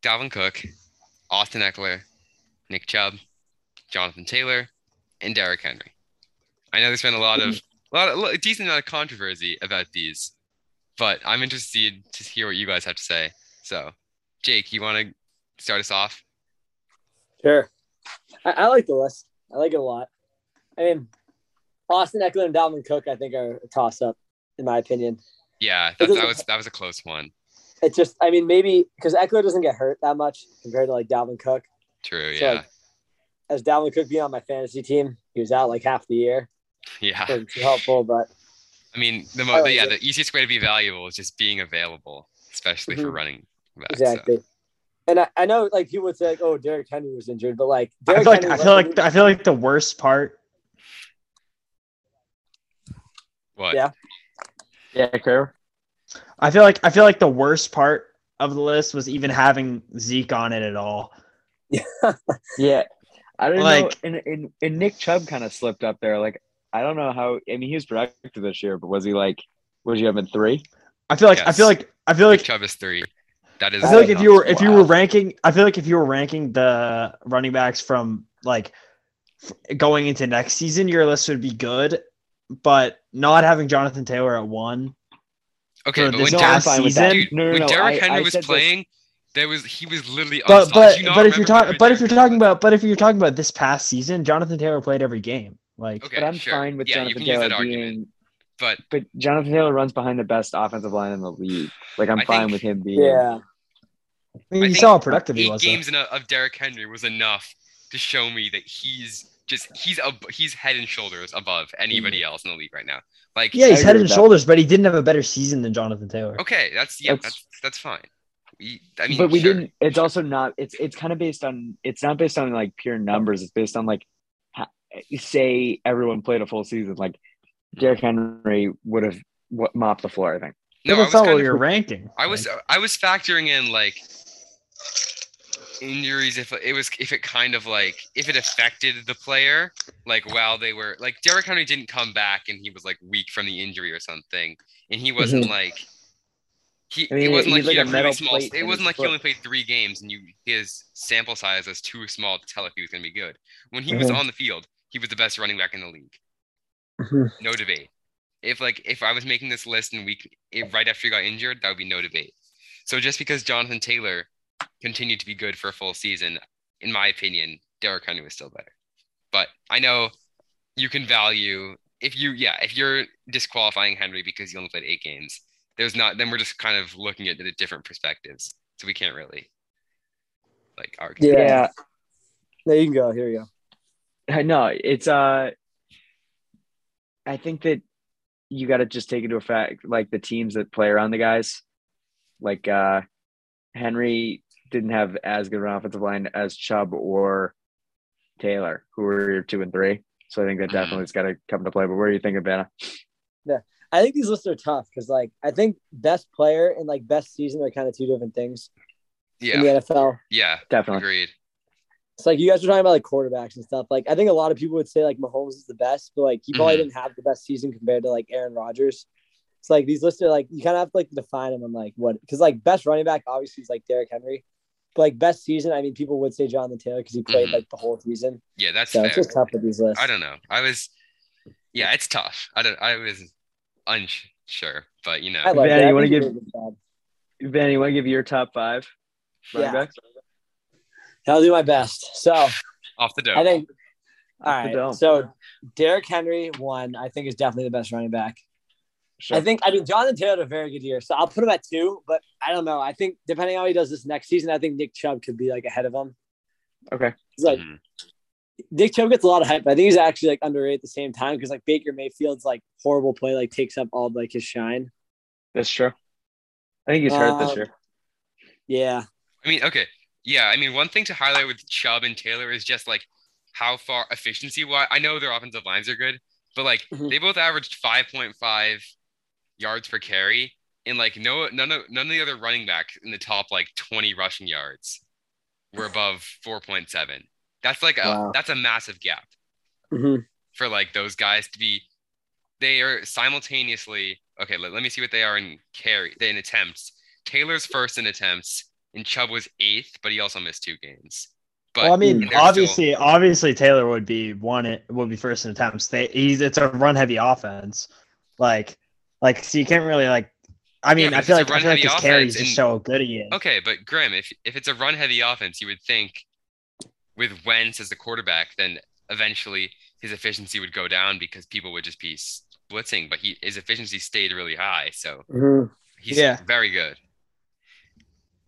S1: Dalvin Cook, Austin Eckler, Nick Chubb, Jonathan Taylor, and Derrick Henry. I know there's been a lot of a lot of, a decent amount of controversy about these, but I'm interested to hear what you guys have to say. So, Jake, you want to start us off?
S4: Sure. I, I like the list. I like it a lot. I mean, Austin Eckler and Dalvin Cook, I think, are a toss up, in my opinion.
S1: Yeah,
S4: It
S1: that, that
S4: doesn't-
S1: was that was a close one.
S4: It's just, I mean, maybe because Eckler doesn't get hurt that much compared to like Dalvin Cook.
S1: True.
S4: So,
S1: Yeah.
S4: like, As Dalvin Cook being on my fantasy team, he was out like half the year.
S1: Yeah.
S4: Wasn't too helpful, but
S1: I mean, the
S4: I
S1: mo-
S4: like
S1: yeah,
S4: it.
S1: the easiest way to be valuable is just being available, especially for
S4: Mhm.
S1: running. backs,
S2: uh,
S1: so.
S4: exactly. And I, I know like people would say, like, oh, Derrick Henry was injured, but like,
S2: I
S4: Derrick
S2: feel like
S4: Henry
S2: I feel like
S4: wasn't-
S2: I feel like the worst part.
S1: What?
S4: Yeah.
S3: Yeah, Kramer.
S2: I feel like I feel like the worst part of the list was even having Zeke on it at all.
S3: Yeah. I don't
S2: Like-
S3: know. And, and, and Nick Chubb kind of slipped up there. Like, I don't know how. I mean, he was productive this year, but was he like, was he up in three?
S2: I feel like I feel
S1: Yes.
S2: like I feel like
S1: Chubb is three. That is.
S2: I feel like if you were if you were
S3: Wow.
S2: ranking, I feel like if you were ranking the running backs from like f- going into next season, your list would be good, but not having Jonathan Taylor at one.
S1: okay,
S2: for
S1: but when
S2: this No,
S1: Derrick,
S2: I'm fine with that.
S1: dude,
S3: No, no,
S1: when
S3: no,
S1: Derrick
S3: I-
S1: Henry
S3: I
S1: was
S3: said this-
S1: playing, there was he was literally.
S2: But
S1: unstoppable.
S2: but
S1: Oh, Do you not
S2: but if you're
S1: remember
S2: talking
S1: when
S2: but if you're
S1: Derrick
S2: talking
S1: was-
S2: about but if you're talking about this past season, Jonathan Taylor played every game. Like
S1: okay,
S3: But I'm
S1: sure.
S3: fine with
S1: yeah, you
S3: Jonathan
S1: can use
S3: Taylor
S1: that argument,
S3: being.
S1: but
S3: But Jonathan Taylor runs behind the best offensive line in the league. Like, I'm
S1: I
S3: fine
S1: think-
S3: with him being.
S2: I
S4: yeah.
S2: mean,
S1: I
S2: you
S1: think
S2: saw how productive he
S1: eight
S2: was. though.
S1: games in a, of Derrick Henry was enough to show me that he's just he's a he's head and shoulders above anybody else in the league right now. Like
S2: Mm-hmm. Yeah,
S3: I
S2: he's
S3: agree
S2: head
S3: with
S2: and
S3: that.
S2: shoulders, but he didn't have a better season than Jonathan Taylor.
S1: okay, that's yeah, that's
S3: That's-
S1: that's, fine. We, I mean,
S3: but we
S1: sure.
S3: didn't. It's also not. It's it's kind of based on. It's not based on like pure numbers. It's based on like, ha, say everyone played a full season. Like, Derrick Henry would have w- mopped the floor. I think.
S1: No, I was
S2: that's not
S1: kind
S2: what
S1: of
S2: you're ranking.
S1: I was
S2: Like,
S1: I was factoring in like injuries if it was if it kind of like if it affected the player like while they were like Derrick Henry didn't come back and he was like weak from the injury or something and he wasn't like he
S3: Mm-hmm. I mean,
S1: it wasn't
S3: he
S1: like
S3: was
S1: he had
S3: like a
S1: a really
S3: metal
S1: small
S3: plate
S1: it
S3: in
S1: wasn't
S3: his
S1: like he
S3: foot.
S1: only played three games and you his sample size was too small to tell if he was gonna be good when he was
S3: Mhm.
S1: on the field he was the best running back in the league
S3: Mm-hmm.
S4: Mhm.
S1: no debate if like if I was making this list and week if right after he got injured, that would be no debate. So just because Jonathan Taylor continued to be good for a full season, in my opinion, Derrick Henry was still better. But I know you can value if you yeah if you're disqualifying Henry because he only played eight games, there's not then we're just kind of looking at the different perspectives, so we can't really like argue.
S4: Yeah. There you can go. Here we go.
S3: I know it's uh I think that you got to just take into effect like the teams that play around the guys. Like uh Henry didn't have as good of an offensive line as Chubb or Taylor, who were your two and three. So I think that
S1: Mhm.
S3: definitely has got to come to play. But what do you think, Vanna?
S4: I think these lists are tough because, like, I think best player and like best season are kind of two different things in
S1: Yeah,
S4: the NFL.
S1: yeah,
S3: Definitely.
S1: agreed.
S4: It's like you guys were talking about like quarterbacks and stuff. Like, I think a lot of people would say like Mahomes is the best, but like he probably
S1: Mhm.
S4: didn't have the best season compared to like Aaron Rodgers. It's like these lists are like you kind of have to like define them and like what because like best running back obviously is like Derrick Henry, but like best season, I mean, people would say Jonathan Taylor because he played
S1: Mhm.
S4: like the whole season.
S1: Yeah, that's
S4: So
S1: fair.
S4: it's just tough with these lists.
S1: I don't know. I was, yeah, it's tough. I don't. I was unsure, but you know,
S4: I like
S3: Vanna,
S4: that.
S3: you wanna
S4: I
S3: give-
S4: think he did a good job.
S3: Vanna, you want to give your top five running
S4: Yeah.
S3: backs?
S4: I'll do my best. So
S1: off the dope.
S4: I think. All
S3: Off the
S4: right.
S3: dome.
S4: So Derrick Henry, one, I think is definitely the best running back.
S3: Sure.
S4: I think, I mean, Jonathan Taylor had a very good year. So I'll put him at two, but I don't know. I think depending on how he does this next season, I think Nick Chubb could be like ahead of him.
S3: Okay.
S4: It's like
S1: Mhm.
S4: Nick Chubb gets a lot of hype, but I think he's actually like underrated at the same time because like Baker Mayfield's like horrible play, like takes up all like his shine.
S3: That's true. I think he's hurt this
S4: Um,
S3: year.
S4: Yeah.
S1: I mean, okay. Yeah, I mean, one thing to highlight with Chubb and Taylor is just like how far efficiency wise. I know their offensive lines are good, but like
S4: Mhm.
S1: they both averaged 5.5 yards per carry, and like no none of none of the other running backs in the top like 20 rushing yards were above 4.7. That's like a
S4: Wow.
S1: that's a massive gap
S4: hmm
S1: for like those guys to be they are simultaneously okay let, let me see what they are in carry in attempts taylor's first in attempts and chubb was eighth but he also missed two games but
S2: well, I mean,
S1: they're still-
S2: obviously, obviously Taylor would be one. It would be first in attempts. They, he's it's a run heavy offense. Like, like so you can't really like. I mean,
S1: but
S2: I
S1: if
S2: feel
S1: it's
S2: like
S1: a
S2: I feel like his
S1: run-heavy
S2: carries
S1: offense
S2: just
S1: and- Oh,
S2: so good he is.
S1: okay but grim if, if it's a run heavy offense you would think with wentz as the quarterback then eventually his efficiency would go down because people would just be blitzing but he his efficiency stayed really high so
S4: hmm
S3: Mm-hmm.
S1: he's
S2: Yeah.
S1: very good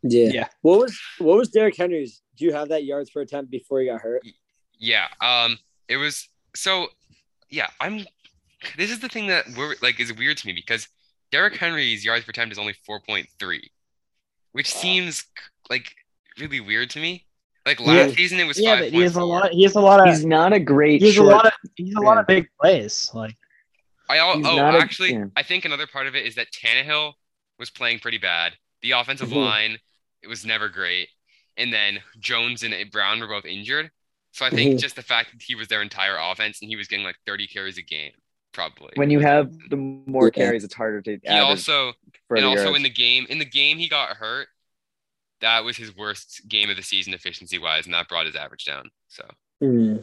S4: Yeah.
S2: Yeah.
S4: What was what was Derrick Henry's? Do you have that yards per attempt before he got hurt?
S1: Yeah. Um. It was so. Yeah. I'm. This is the thing that we're like is weird to me because Derrick Henry's yards per attempt is only four point three, which
S4: Wow.
S1: seems like really weird to me. Like
S2: Yeah.
S1: last season it was
S2: Yeah,
S1: five
S2: but
S1: point
S2: he
S1: four.
S2: has a lot. He has a lot of.
S3: He's not a great.
S2: He's a
S3: short-
S2: lot of. He's a lot of big plays. Like,
S1: I al-
S3: he's
S1: oh
S3: not a-
S1: actually
S3: yeah.
S1: I think another part of it is that Tannehill was playing pretty bad. The offensive
S4: Mhm.
S3: Mm-hmm.
S1: line it was never great, and then Jones and Brown were both injured. So I think
S3: Mm-hmm.
S4: Mhm.
S1: just the fact that he was their entire offense and he was getting like thirty carries a game probably.
S3: when you have the more
S4: Yeah.
S3: carries, it's harder to
S1: he
S3: average.
S1: also
S3: for
S1: and
S3: the
S1: also
S3: yards.
S1: in the game in the game he got hurt that was his worst game of the season efficiency wise and that brought his average down so
S4: Mm,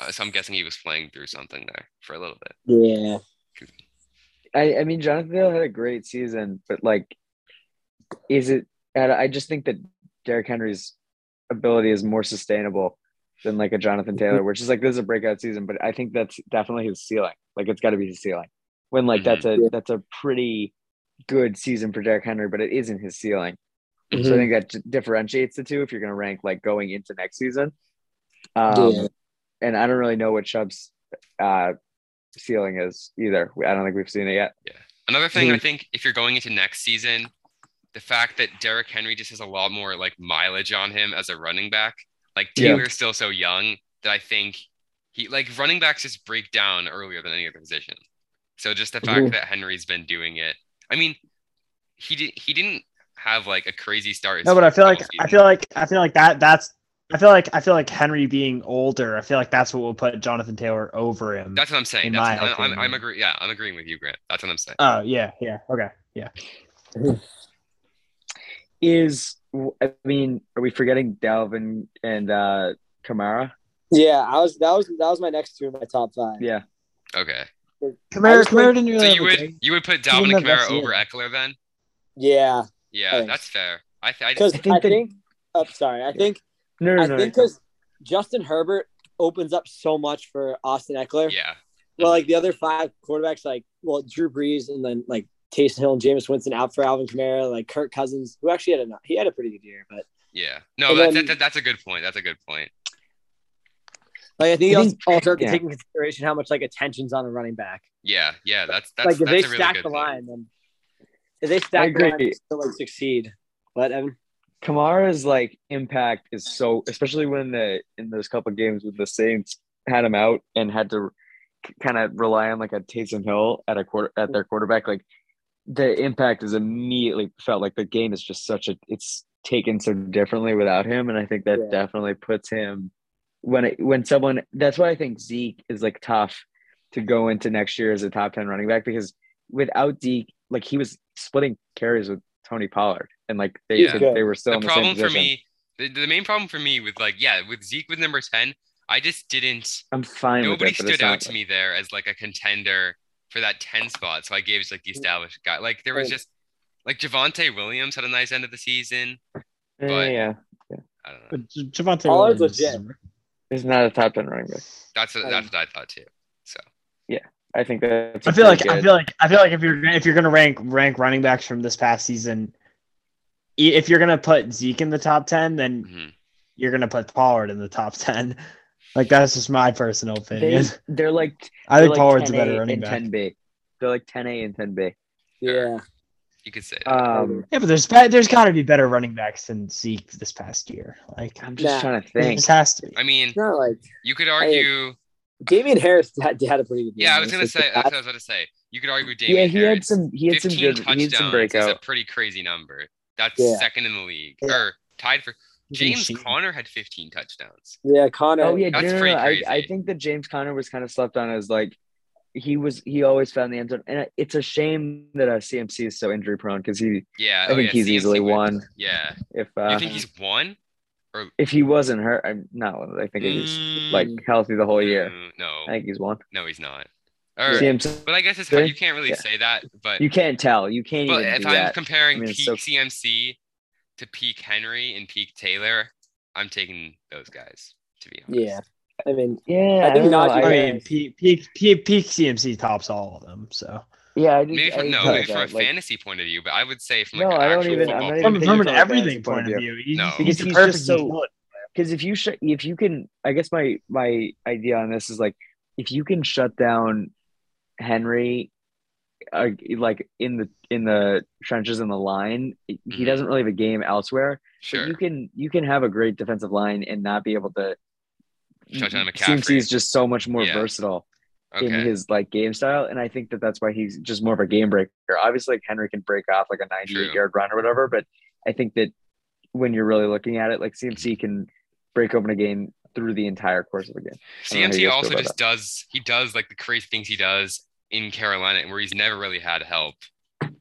S1: uh, so i'm guessing he was playing through something there for a little bit
S4: yeah.
S3: I, I mean, Jonathan Taylor had a great season, but like, is it? and I just think that Derrick Henry's ability is more sustainable than like a Jonathan Taylor, which is like this is a breakout season, but I think that's definitely his ceiling. Like, it's got to be his ceiling. When like
S1: Mhm.
S3: that's a
S4: Yeah.
S3: that's a pretty good season for Derrick Henry, but it isn't his ceiling.
S1: Mm-hmm.
S3: So I
S4: Mhm.
S3: think that d- differentiates the two if you're going to rank like going into next season. Um,
S4: Yeah.
S3: And I don't really know what Chubb's uh, ceiling is either. I don't think we've seen it yet.
S1: another thing i
S2: Hmm.
S4: Mhm.
S1: think if you're going into next season the fact that Derrick Henry just has a lot more like mileage on him as a running back like
S3: Yeah.
S1: Taylor's still so young that i think he like running backs just break down earlier than any other position so just the fact
S4: Mhm.
S1: that henry's been doing it i mean he did he didn't have like a crazy start his
S2: No, but I feel like
S1: couple
S2: I
S1: seasons.
S2: feel like I feel like that that's I feel like I feel like Henry being older. I feel like that's what will put Jonathan Taylor over him.
S1: That's what I'm saying.
S2: in
S1: That's
S2: my
S1: I'm, I'm, I'm
S2: opinion.
S1: agree. Yeah, I'm agreeing with you, Grant. That's what I'm saying.
S2: oh yeah, yeah, okay, yeah.
S3: Is I mean, are we forgetting Dalvin and uh, Kamara?
S4: Yeah. I was that was that was my next two in my top five.
S3: Yeah,
S1: Okay.
S2: Kamara,
S4: just think-
S2: Kamara didn't really.
S1: So
S2: have
S1: you
S2: a
S1: would
S2: great-
S1: you would put
S2: He's in
S1: Dalvin
S2: the
S1: Kamara
S2: best
S1: over
S2: year.
S1: Eckler then?
S4: Yeah.
S1: Yeah,
S4: Thanks.
S1: that's fair. I, th- I
S4: Because
S3: I
S4: I
S3: think
S4: think,
S3: that-
S4: oh, sorry, I think
S3: no, no,
S4: I
S3: no.
S4: think
S3: no.
S4: because Justin Herbert opens up so much for Austin Eckler.
S1: yeah.
S4: Well, like the other five quarterbacks, like well, Drew Brees and then like Taysom Hill and Jameis Winston out for Alvin Kamara, like Kirk Cousins, who actually had a he had a pretty good year, but
S1: Yeah. No,
S4: And
S1: that,
S4: then-
S1: that, that's a good point. That's a good point.
S4: like I think you
S3: I
S4: also,
S3: think-
S4: also have to
S3: yeah.
S4: take into consideration how much like attention's on a running back.
S1: Yeah, yeah. That's that's
S4: Like if
S1: that's
S4: they
S1: a really
S4: stack
S1: good
S4: the
S1: point.
S4: line, then if they stack the
S3: agree.
S4: line, they still like succeed. But Evan,
S3: Kamara's like impact is so, especially when the in those couple games with the Saints had him out and had to kind of rely on like a Taysom Hill at a quarter at their quarterback. Like the impact is immediately felt. Like the game is just such a it's taken so differently without him, and I think that
S4: Yeah.
S3: definitely puts him when it, when someone. That's why I think Zeke is like tough to go into next year as a top ten running back because without Zeke, like he was splitting carries with Tony Pollard, and like they
S4: Yeah.
S3: they were still
S1: the
S3: in the
S1: problem
S3: same position.
S1: for me, the, the main problem for me with like yeah, with Zeke with number ten, I just didn't.
S3: I'm fine
S1: Nobody
S3: with it, but
S1: stood
S3: it's not,
S1: out to me there as like a contender for that ten spot. So I gave just like
S4: Mm-hmm.
S1: the established guy. Like there was
S4: Same.
S1: just like Javante Williams had a nice end of the season.
S3: Yeah,
S1: but-
S3: yeah,
S1: I don't know.
S2: But J- Javante
S4: Pollard's
S2: Williams is-
S4: legit.
S3: it's not a top ten running back.
S1: That's what,
S4: Um,
S1: that's what I thought too. So
S3: I think that's. a
S2: I feel like
S3: pretty
S2: I
S3: good-
S2: feel like I feel like if you're gonna- if you're gonna rank rank running backs from this past season, i- if you're gonna put Zeke in the top ten, then
S1: mhm.
S2: you're gonna put Pollard in the top ten. Like that's just my personal opinion.
S3: they, they're like
S2: I
S3: they're
S2: think
S3: like
S2: Pollard's a
S3: 10A
S2: better running
S3: and
S2: back.
S3: 10B. They're like 10A and 10B.
S4: yeah,
S1: You could say
S4: Uh,
S1: that.
S3: Um,
S2: Yeah, but there's be- there's got to be better running backs than Zeke this past year. Like,
S3: I'm just
S4: Nah.
S3: trying to
S2: there
S3: think.
S2: just has to be.
S1: I mean,
S4: It's not like
S1: you could argue.
S4: Damian Harris had, had a pretty good. game,
S1: Yeah, I was
S4: honestly.
S1: gonna say. uh, That's what I was about to say. You could argue Damian
S3: yeah, he had
S1: Harris.
S3: some. He had some
S1: 15
S3: good. He had some
S1: touchdowns is a
S3: breakout.
S1: pretty crazy number. That's
S4: Yeah.
S1: second in the league
S2: Yeah.
S1: or tied for.
S2: He's a
S1: James
S2: machine.
S1: Conner had 15 touchdowns.
S4: Yeah, Connor.
S3: Oh yeah,
S1: That's
S3: no, no,
S1: pretty
S3: no, I, I
S1: crazy.
S3: think that James Conner was kind of slept on as like he was. He always found the end zone, and it's a shame that uh, CMC is so injury prone because he,
S1: Yeah,
S3: I
S1: oh,
S3: think
S1: yeah,
S3: he's
S1: CMC
S3: easily
S1: wins.
S3: one.
S1: Yeah,
S3: If
S1: you
S3: uh,
S1: think he's one?
S3: if he wasn't hurt, I'm not. I think he's
S1: Mm,
S3: like healthy the whole year.
S1: mm, No,
S3: I think he's one.
S1: no, he's not. All right,
S3: CMC,
S1: but I guess it's hard. You can't really
S3: Yeah.
S1: say that. But
S3: you can't tell. You can't
S1: but
S3: even
S1: if
S3: do
S1: I'm
S3: that.
S1: comparing
S3: I mean, it's
S1: peak
S3: so-
S1: CMC to peak Henry and peak Taylor, I'm taking those guys. To be honest.
S4: Yeah. I mean,
S3: Yeah,
S4: I think
S3: don't know,
S2: I
S4: Najee-
S3: I-
S2: mean, peak, peak, peak, peak CMC tops all of them. So
S3: yeah, I just,
S1: Maybe
S3: I
S1: from
S3: just
S1: no,
S3: thought
S1: maybe
S3: about
S1: from a
S3: that, like,
S1: fantasy point of view, but I would say from
S3: No,
S1: like an
S3: I don't
S1: actual
S3: even- I'm
S1: football
S3: not
S1: point of
S3: even
S2: from,
S1: view.
S3: thinking
S2: from an
S3: from a fantasy
S2: everything
S3: point
S2: point
S3: of
S2: of view, he's,
S1: No.
S3: Because
S2: he's the
S3: he's
S2: perfect
S3: just so-
S2: utility.
S3: because if you shut if you can i guess my my idea on this is like if you can shut down henry uh, like in the in the trenches in the line he
S1: Mhm.
S3: doesn't really have a game elsewhere
S1: Sure.
S3: but you can you can have a great defensive line and not be able to
S1: Shut down
S3: CMC is
S1: McCaffrey.
S3: just so much more
S1: Yeah.
S3: versatile in
S1: Okay.
S3: his like game style, and I think that that's why he's just more of a game breaker. Obviously, like Henry can break off like a
S1: True.
S3: ninety-eight yard run or whatever, but I think that when you're really looking at it, like CMC
S1: Mm-hmm.
S3: can break open a game through the entire course of a game. I don't know how you
S1: CMC
S3: guys
S1: also
S3: feel about
S1: just does he does like the crazy things he does in Carolina where he's never really had help.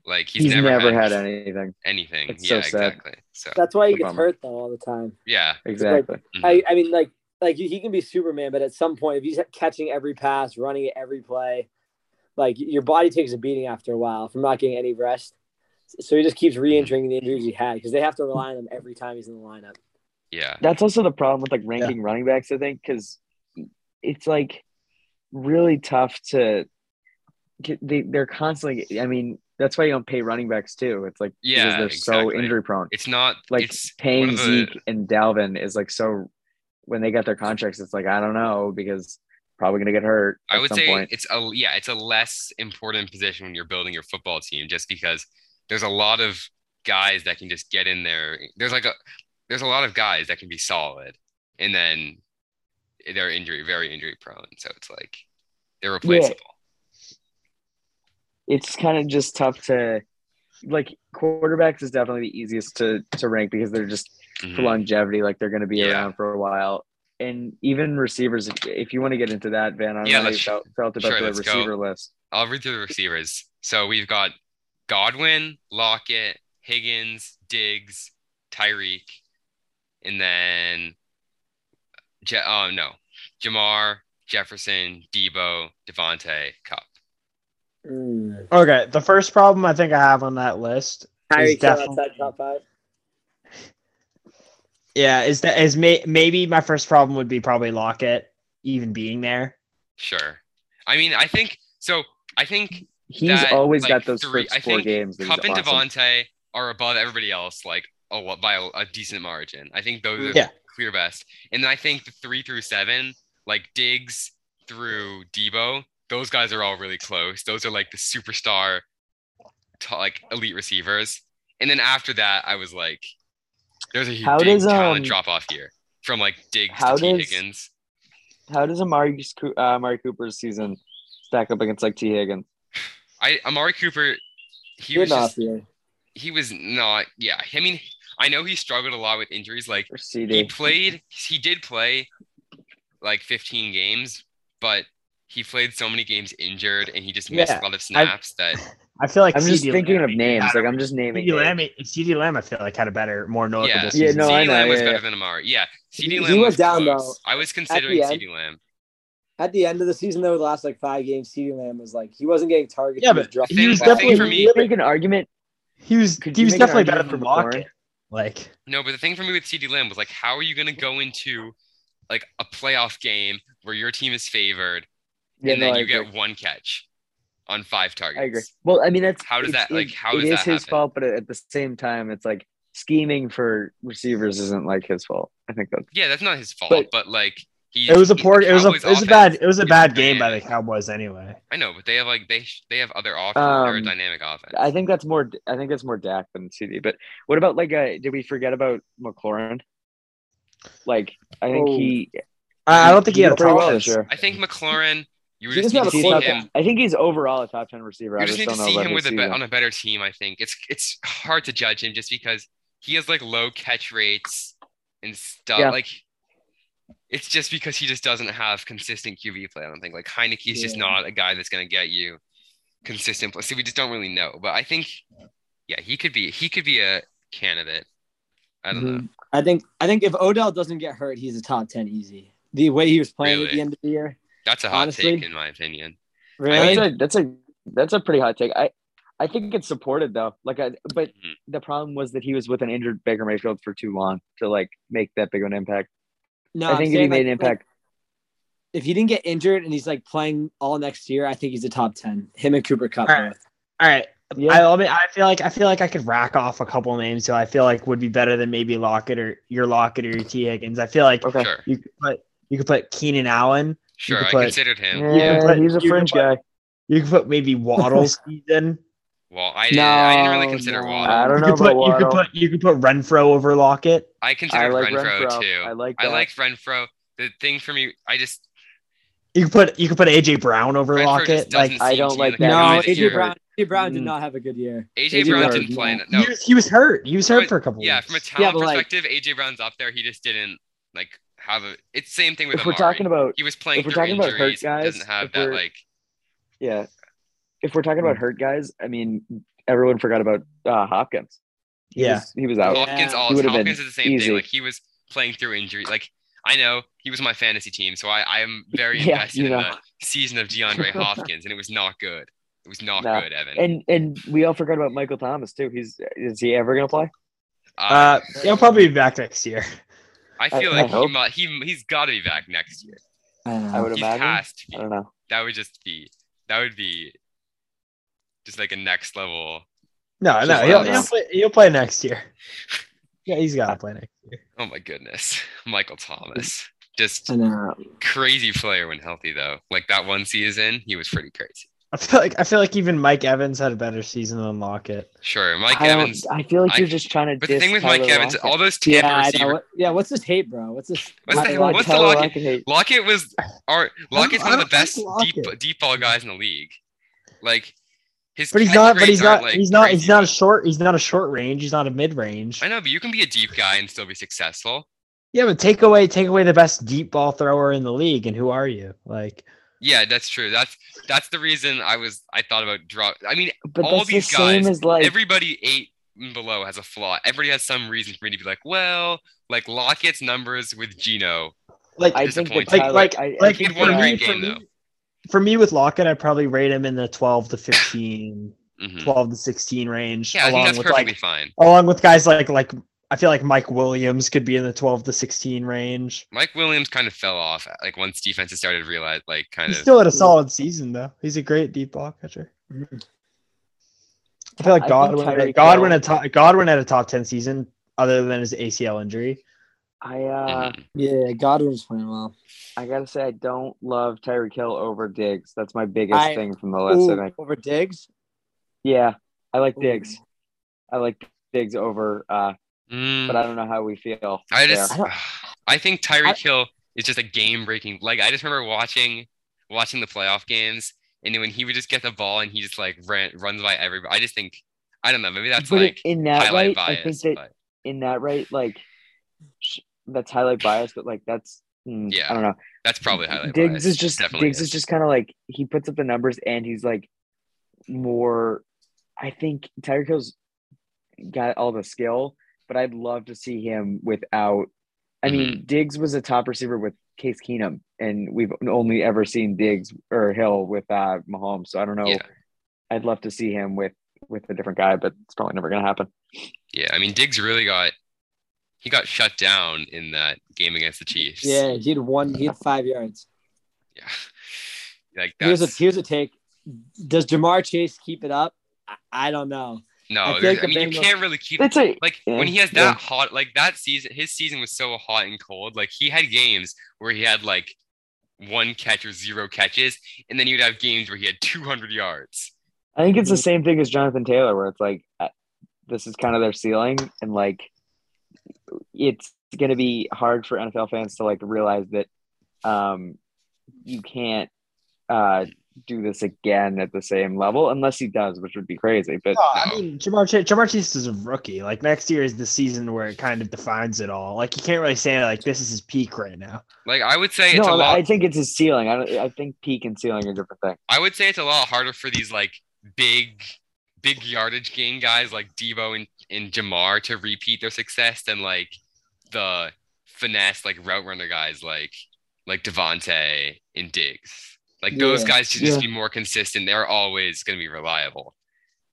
S1: Like he's,
S3: He's, never, had,
S1: any-
S3: anything.
S1: anything.
S3: It's so
S1: yeah,
S3: sad.
S1: exactly. So
S4: that's why he gets
S3: Bummer.
S4: hurt though all the time.
S1: yeah.
S3: Exactly.
S1: Mhm.
S4: I, I mean, like, like he can be Superman, but at some point, if he's catching every pass, running at every play, like your body takes a beating after a while from not getting any rest. So he just keeps
S1: Mm-hmm.
S4: re-injuring the injuries he had because they have to rely on him every time he's in the lineup.
S1: Yeah.
S3: That's also the problem with like ranking running backs, I think, because it's like really tough to. get- They they're constantly. I mean, that's why you don't pay running backs too. It's like
S1: Yeah,
S3: because they're so
S1: exactly.
S3: injury prone.
S1: It's not
S3: like
S1: it's one
S3: paying
S1: of the-
S3: Zeke and Dalvin is like so when they got their contracts, it's like I don't know because probably gonna get hurt.
S1: I
S3: at
S1: would
S3: some
S1: say
S3: point.
S1: it's a yeah, it's a less important position when you're building your football team just because there's a lot of guys that can just get in there. There's like a there's a lot of guys that can be solid and then they're injury very injury prone. So it's like they're replaceable.
S3: it's kind of just tough to like quarterbacks is definitely the easiest to to rank because they're just for
S1: Mhm.
S3: longevity, like they're gonna be
S1: Yeah.
S3: around for a while. And even receivers, if, if you want to get into that, Van, I don't
S1: Yeah,
S3: know how you
S1: let's-
S3: felt, felt about
S1: sure,
S3: the
S1: let's go.
S3: receiver list.
S1: I'll read through the receivers. So we've got Godwin, Lockett, Higgins, Diggs, Tyreek, and then Je- oh no, Jamar, Jefferson, Debo, Devontae, Cup.
S4: Mm.
S2: Okay, the first problem I think I have on that list
S4: Tyreek Hill
S2: definitely-
S4: outside top five.
S2: Yeah, is that is may, maybe my first problem would be probably Lockett even being there.
S1: Sure. I mean, I think so. I think
S3: He's
S1: That,
S3: always
S1: like,
S3: got those
S1: three- I
S3: first four
S1: think
S3: games. That he's
S1: Cup and
S3: awesome.
S1: Devontae are above everybody else, like a lo- by a, a decent margin. I think
S3: Mm.
S1: those are
S2: Yeah.
S1: clear best. And then I think the three through seven, like Diggs through Debo, those guys are all really close. Those are like the superstar, to- like elite receivers. And then after that, I was like, there's a huge
S3: How does, um,
S1: talent drop off here from like Diggs
S3: how
S1: to T.
S3: does-
S1: Higgins.
S3: How does Amari Coo- uh, Amari Cooper's season stack up against like T Higgins?
S1: I Amari Cooper, he
S4: Good
S1: was
S4: enough.
S1: just,
S4: yeah.
S1: he was not. Yeah, I mean, I know he struggled a lot with injuries, like.
S3: Or CD?
S1: he played he did play like 15 games but he played so many games injured and he just missed
S2: Yeah,
S1: a lot of snaps that
S2: I feel like
S3: I'm just
S2: CD
S3: thinking of
S2: Lamb-
S3: names.
S2: had a-
S3: Like I'm just naming.
S2: CD Lamb,
S3: names.
S2: CD Lamb, I feel like had a better, more notable.
S1: Yeah.
S3: Yeah,
S2: season.
S3: no, I
S1: CD
S3: know,
S1: Lamb was
S3: yeah, yeah.
S1: better than Amari. Yeah, CD
S4: He-
S1: Lamb
S4: he
S1: was
S4: was down,
S1: close.
S4: though,
S1: I was considering
S4: end.
S1: CD Lamb.
S4: At the end of the season, though, the last like five games, CeeDee Lamb was like he wasn't getting targets.
S2: Yeah,
S4: he was
S2: but
S4: dropping
S1: he was
S4: the ball.
S1: definitely- for me-
S3: You make an argument.
S2: he was
S3: Could
S2: he
S3: you
S2: was
S3: make an
S2: definitely better
S3: argument
S2: than
S3: for
S2: Lockett. Like
S1: No, but the thing for me with CD Lamb was like, how are you going to go into like a playoff game where your team is favored
S3: Yeah,
S1: and
S3: no,
S1: then
S3: I
S1: you
S3: agree.
S1: get one catch on five targets?
S3: I agree. Well, I mean, that's
S1: How does
S3: it's-
S1: that- like,
S3: it-
S1: how
S3: it
S1: does
S3: is
S1: that
S3: his
S1: happen?
S3: fault, but at the same time, it's like scheming for receivers isn't like his fault. I think that's
S1: Yeah, that's not his fault, but,
S3: But-
S1: like He
S2: It was a
S1: he-
S2: poor. It was a.
S1: Cowboys
S2: It was a
S1: offense
S2: bad. It was a
S1: is
S2: bad game by the
S1: dynamic.
S2: Cowboys anyway.
S1: I know, but they have like they sh- they have other offense. They're a
S3: Um,
S1: dynamic offense.
S3: I think that's more. I think that's more Dak than CD. But what about like? Uh, did we forget about McLaurin? Like, I think
S4: Oh.
S3: he.
S2: I, I don't think he
S3: He
S2: had a
S3: did pretty well
S2: problem
S3: this year.
S1: I think McLaurin. You
S4: He
S1: just
S4: doesn't
S1: need to
S4: have a
S1: see
S4: quarterback.
S1: him.
S3: I think he's overall a top ten receiver. I
S1: You just need to
S3: don't know
S1: see
S3: about
S1: him
S3: his
S1: with a be-
S3: season.
S1: on a better team. I think it's it's hard to judge him just because he has like low catch rates and stuff.
S3: Yeah.
S1: Like it's just because he just doesn't have consistent QB play. I don't think like Heineke's just
S4: Yeah.
S1: not a guy that's gonna get you consistent play. So we just don't really know. But I think yeah, he could be he could be a candidate. I
S2: Mm-hmm.
S1: don't know.
S4: I think I think if Odell doesn't get hurt, he's a top ten easy. The way he was playing at
S1: Really?
S4: the end of the year,
S1: That's a hot take
S4: Honestly,
S1: in my opinion.
S4: really.
S1: mean-
S3: that's a that's a that's a pretty hot take. I I think it's supported though. Like, I, but
S1: Mhm.
S3: the problem was that he was with an injured Baker Mayfield for too long to like make that big of an impact.
S4: no,
S3: I
S4: I'm
S3: think if he
S4: saying,
S3: made
S4: like-
S3: an impact,
S4: if he didn't get injured and he's like playing all next year, I think he's a top ten. Him and Cooper Cup.
S2: All right.
S4: both.
S2: All right.
S3: yeah,
S2: I, I mean, I feel like I feel like I could rack off a couple names who I feel like would be better than maybe Lockett or your Lockett or your T Higgins. I feel like
S3: okay,
S1: Sure.
S2: you could put you could put Keenan Allen.
S1: Sure.
S2: could
S1: I
S2: put-
S1: considered him.
S3: yeah,
S2: You can put-
S3: he's a
S2: you can
S3: fringe
S2: put-
S3: guy.
S2: You could put maybe Waddle's season.
S1: Well, I didn't, I didn't really
S4: No,
S1: consider
S4: no.
S1: Waddle.
S3: I don't
S2: you
S3: know
S2: could
S3: about
S2: put you could
S3: Waddle.
S2: put you could put Renfro over Lockett.
S1: I
S3: I
S1: considered
S3: like
S1: Renfro,
S3: Renfro.
S1: too.
S3: I like
S1: I
S3: that.
S1: like Renfro. The thing for me, I just
S2: You could put you could put AJ Brown over
S1: Renfro
S2: Lockett.
S1: just doesn't
S2: Like
S3: I
S1: seem
S3: don't
S1: to be
S3: like
S1: the
S3: that.
S1: guy
S4: No,
S1: that
S4: AJ
S1: you're-
S4: Brown. AJ Brown did
S3: Mm.
S4: not have a good year.
S1: AJ,
S4: AJ
S1: Brown
S4: Brown,
S1: didn't play.
S4: yeah.
S1: in- No,
S2: he was he was hurt. He was hurt for a couple.
S1: yeah,
S2: weeks.
S1: from a
S4: Yeah,
S1: talent
S4: but, like-
S1: perspective, AJ Brown's up there. He just didn't like have a. It's same thing with
S3: If we're
S1: Amari.
S3: talking about
S1: he was playing
S3: if we're
S1: through
S3: talking about hurt
S1: injuries.
S3: guys,
S1: he doesn't have
S3: if
S1: that
S3: we're-
S1: like.
S3: yeah, if we're talking about hurt guys, I mean, everyone forgot about uh, Hopkins. He
S2: yeah.
S3: was- he was out.
S4: Yeah.
S1: Hopkins,
S4: He
S1: all
S3: would've been
S1: Hopkins is the same
S3: easy.
S1: thing. Like he was playing through injury. Like I know he was my fantasy team, so I I am very
S3: Yeah,
S1: invested
S3: you
S1: in
S3: know.
S1: the season of DeAndre Hopkins, and it was not good. It was not
S3: No.
S1: good, Evan.
S3: And and we all forgot about Michael Thomas too. He's is he ever gonna play?
S1: uh,
S2: Uh, he'll probably be back next year.
S1: I
S3: I-
S1: feel
S3: I
S1: like he
S3: hope.
S1: might, he he's got to be back next year.
S4: I don't know.
S3: I would
S1: He's
S3: imagine.
S1: past.
S3: I don't know.
S1: That would just be that would be just like a next level.
S2: No, no,
S3: Just
S2: he'll,
S3: let him
S2: he'll
S3: know.
S2: play. He'll play next year. Yeah, he's got to play next year.
S1: Oh my goodness, Michael Thomas, just
S4: I know.
S1: crazy player when healthy though. Like that one season, he was pretty crazy.
S2: I feel like I feel like even Mike Evans had a better season than Lockett.
S1: Sure, Mike
S3: I, don't-
S1: Evans.
S3: I feel like
S1: I-
S3: you're just trying to.
S1: But the
S3: diss
S1: thing with Mike
S3: Tyler
S1: Evans,
S3: Lockett.
S1: all those Tampa
S4: Yeah, I know.
S1: receivers.
S4: What- yeah. What's this hate, bro? What's this?
S1: What's
S3: I
S1: the,
S3: like
S1: what's the
S3: Tyler
S1: Lockett?
S3: Lockett hate.
S1: Lockett was our Lockett's
S2: I
S1: one of the
S2: don't like
S1: best deep
S2: Lockett.
S1: deep ball guys in the league. Like his
S2: But he's
S1: catch
S2: not. But he's
S1: rates aren't,
S2: not.
S1: like,
S2: he's not. He's
S1: crazy.
S2: not a short. He's not a short range. He's not a mid range.
S1: I know, but you can be a deep guy and still be successful.
S2: Yeah, but take away take away the best deep ball thrower in the league, and who are you? Like,
S1: Yeah, that's true. That's that's the reason I was I thought about drop. I mean,
S3: But
S1: all
S3: that's the
S1: these
S3: same
S1: guys,
S3: as like.
S1: everybody eight and below has a flaw. Everybody has some reason for me to be like, well, like Lockett's numbers with Gino.
S2: like
S3: I think that
S1: disappointed.
S3: Tyler,
S2: Like-
S3: I, I
S2: like
S1: He'd
S3: think
S1: won a
S3: that-
S1: great
S2: for
S1: game
S2: me-
S1: though.
S2: for me with Lockett, I'd probably rate him in the 12 to 15,
S1: Mhm.
S2: 12 to 16 range,
S1: Yeah, I think
S2: along
S1: that's
S2: with
S1: perfectly
S2: like
S1: fine.
S2: along with guys like like I feel like Mike Williams could be in the 12 to 16 range.
S1: Mike Williams kind of fell off like once defenses started to realize like kind
S2: He's
S1: of
S2: still had a solid season though. He's a great deep ball catcher.
S4: Mhm.
S2: I feel like
S3: I
S2: Godwin
S3: think Tyreek
S2: Godwin
S3: Hill-
S2: had top, Godwin had a top 10 season other than his ACL injury.
S3: I uh,
S1: mhm.
S4: Yeah, Godwin's playing well.
S1: Mm-hmm.
S3: I gotta say, I don't love Tyreek Hill over Diggs. That's my biggest
S4: I-
S3: thing from the last. I
S4: Ooh,
S3: think.
S4: over Diggs.
S3: Yeah, I like
S4: Ooh.
S3: Diggs. I like Diggs over, uh,
S1: Mm.
S3: but I don't know how we feel.
S1: I
S3: there.
S1: just,
S4: I
S1: I,
S4: don't-
S1: think Tyreek Hill is just a game breaking. Like I just remember watching, watching the playoff games, and then when he would just get the ball and he just like ran, runs by everybody. I just think, I don't know, maybe that's
S3: But
S1: like
S3: in that
S1: highlight
S3: light,
S1: bias.
S3: I think that
S1: but
S3: in that right, like sh- that's highlight bias, but like that's mm,
S1: Yeah,
S3: I don't know.
S1: that's probably highlight
S3: Diggs
S1: bias.
S3: is just
S1: Definitely
S3: Diggs is, just kind of like he puts up the numbers and he's like more. I think Tyreek Hill's got all the skill, but I'd love to see him without. I mean,
S1: Mm-hmm.
S3: Diggs was a top receiver with Case Keenum, and we've only ever seen Diggs or Hill with uh, Mahomes. So I don't know.
S1: Yeah.
S3: I'd love to see him with with a different guy, but it's probably never gonna happen.
S1: yeah. I mean, Diggs really got, he got shut down in that game against the Chiefs.
S4: Yeah, he had one. He had five yards.
S1: yeah. Like
S4: Here's a
S1: that's
S4: here's a take. Does Jamar Chase keep it up? I, I don't know.
S1: No,
S3: I feel
S1: there's-
S3: like
S1: I
S3: the
S1: mean you
S3: Bengals-
S1: can't really keep
S3: It's a
S1: like
S3: Yeah,
S1: when he has
S3: yeah.
S1: that hot like that season his season was so hot and cold like he had games where he had like one catch or zero catches and then you'd have games where he had 200 yards
S3: I think
S2: Mm-hmm.
S3: it's the same thing as Jonathan Taylor, where it's like uh, this is kind of their ceiling, and like it's going to be hard for NFL fans to like realize that um, you can't uh, do this again at the same level unless he does, which would be crazy. But
S2: No, I
S1: No.
S2: mean Jamar Chase, Jamar Chase is a rookie. Like next year is the season where it kind of defines it all. Like you can't really say like this is his peak right now.
S1: like i would say it's a
S3: no,
S1: lot
S3: I think it's his ceiling. I don't. I think peak and ceiling are different things.
S1: I would say it's a lot harder for these like big, big yardage gain guys like Debo and, and Jamar to repeat their success than like the finesse like route runner guys like like Devontae and Diggs. Like those
S4: Yeah,
S1: guys should just be more consistent. They're always going to be reliable.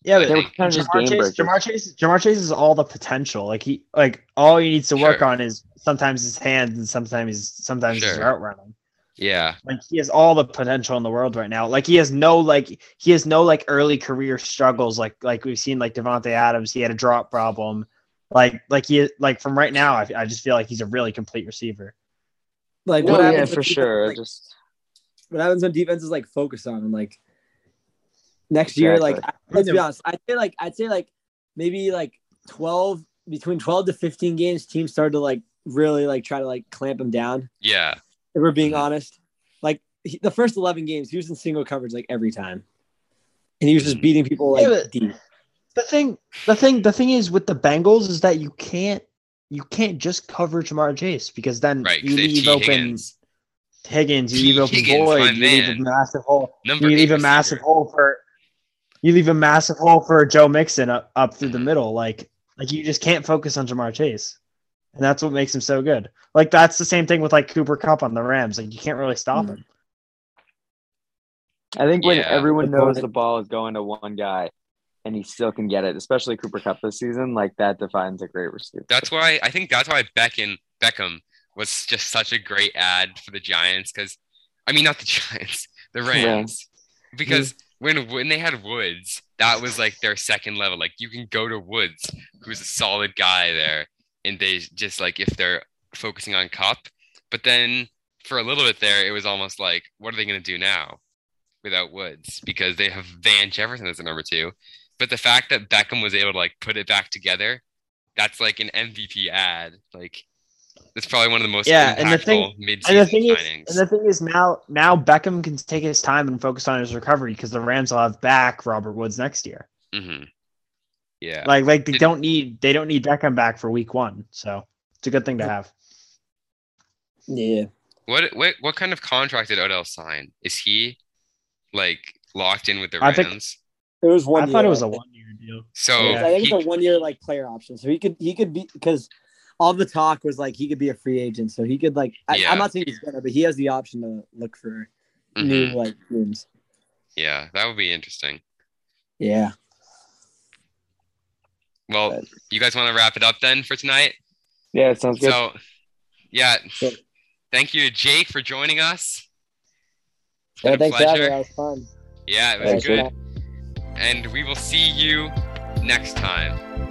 S2: Yeah,
S1: but
S3: They were kind of just
S2: Jamar
S3: game
S2: Chase,
S3: breakers.
S2: Jamar Chase, Jamar Chase is all the potential. Like he, like all he needs to work
S1: Sure.
S2: on is sometimes his hands and sometimes sometimes his
S1: Sure.
S2: route running.
S1: Yeah.
S2: Like he has all the potential in the world right now. Like he has no like he has no like early career struggles. Like like we've seen like Devonte Adams, he had a drop problem. Like like he like from right now, I, I just feel like he's a really complete receiver.
S4: Like
S3: No,
S4: what
S3: yeah,
S4: happens
S3: for
S4: when defense,
S3: sure.
S4: like,
S3: just
S4: what happens when defense is like focused on him? Like next year, like
S3: Exactly.
S4: I- let's be honest, I'd say like I'd say like maybe like twelve between twelve to fifteen games, teams start to like really like try to like clamp him down.
S1: Yeah.
S4: If we're being
S2: Mm-hmm.
S1: Mhm.
S4: honest, like he, the first eleven games, he was in single coverage like every time, and he was just beating people like
S2: Mm-hmm. Yeah, but-
S4: deep.
S2: the thing the thing the thing is with the Bengals is that you can't you can't just cover Jamar Chase because then
S1: Right, 'cause
S2: you
S1: they have
S2: leave
S1: T.
S2: open
S1: Higgins.
S2: Higgins, you
S1: T.
S2: leave open
S1: Higgins, my
S2: Boyd, you leave
S1: man.
S2: a massive hole.
S1: Number
S2: You
S1: eight
S2: leave a
S1: receiver.
S2: massive hole for you leave a massive hole for Joe Mixon up, up through
S1: Mm-hmm.
S2: the middle. Like like you just can't focus on Jamar Chase. And that's what makes him so good. Like that's the same thing with like Cooper Cup on the Rams. Like you can't really stop him.
S3: I think when
S1: Yeah.
S3: everyone
S4: Good
S3: knows
S4: point.
S3: the ball is going to one guy and he still can get it, especially Cooper Cup this season, like that defines a great receiver.
S1: That's why I think that's why Beckham Beckham was just such a great ad for the Giants because I mean not the Giants, the Rams. Because when when they had Woods, that was like their second level. Like you can go to Woods, who's a solid guy there, and they just like if they're focusing on Cup, but then for a little bit there, it was almost like, what are they gonna do now without Woods? Because they have Van Jefferson as the number two. But the fact that Beckham was able to like put it back together that's like an MVP ad. Like that's probably one of the most
S2: Yeah,
S1: impactful
S2: and the thing- And
S1: mid-season
S2: the thing is,
S1: signings.
S2: and the thing is now now Beckham can take his time and focus on his recovery because the Rams will have back Robert Woods next year.
S1: hmm Yeah.
S2: Like like they
S1: Did-
S2: don't need they don't need Beckham back for week one. So it's a good thing to have.
S4: Yeah,
S1: What what what kind of contract did Odell sign? Is he like locked in with the
S2: I
S1: Rams?
S2: think-
S4: it was one.
S2: I thought
S4: year,
S2: it was
S4: I
S2: a
S4: think.
S2: one year deal.
S1: so
S4: I think it's
S1: Oh, he-
S4: a one year like player option. So he could he could be because all the talk was like he could be a free agent. So he could like I,
S1: Yeah.
S4: I'm not saying he's gonna, but he has the option to look for new
S1: mhm.
S4: like rooms.
S1: yeah, that would be interesting.
S4: Yeah.
S1: Well,
S4: But-
S1: you guys want to wrap it up then for tonight?
S3: Yeah, it sounds good.
S1: So yeah.
S4: Sure.
S1: Thank you to Jake for joining us.
S4: yeah
S1: Been a
S4: thanks for having me.
S1: pleasure.
S4: That was fun.
S1: Yeah, it was
S4: Thanks,
S1: good.
S4: man.
S1: And we will see you next time.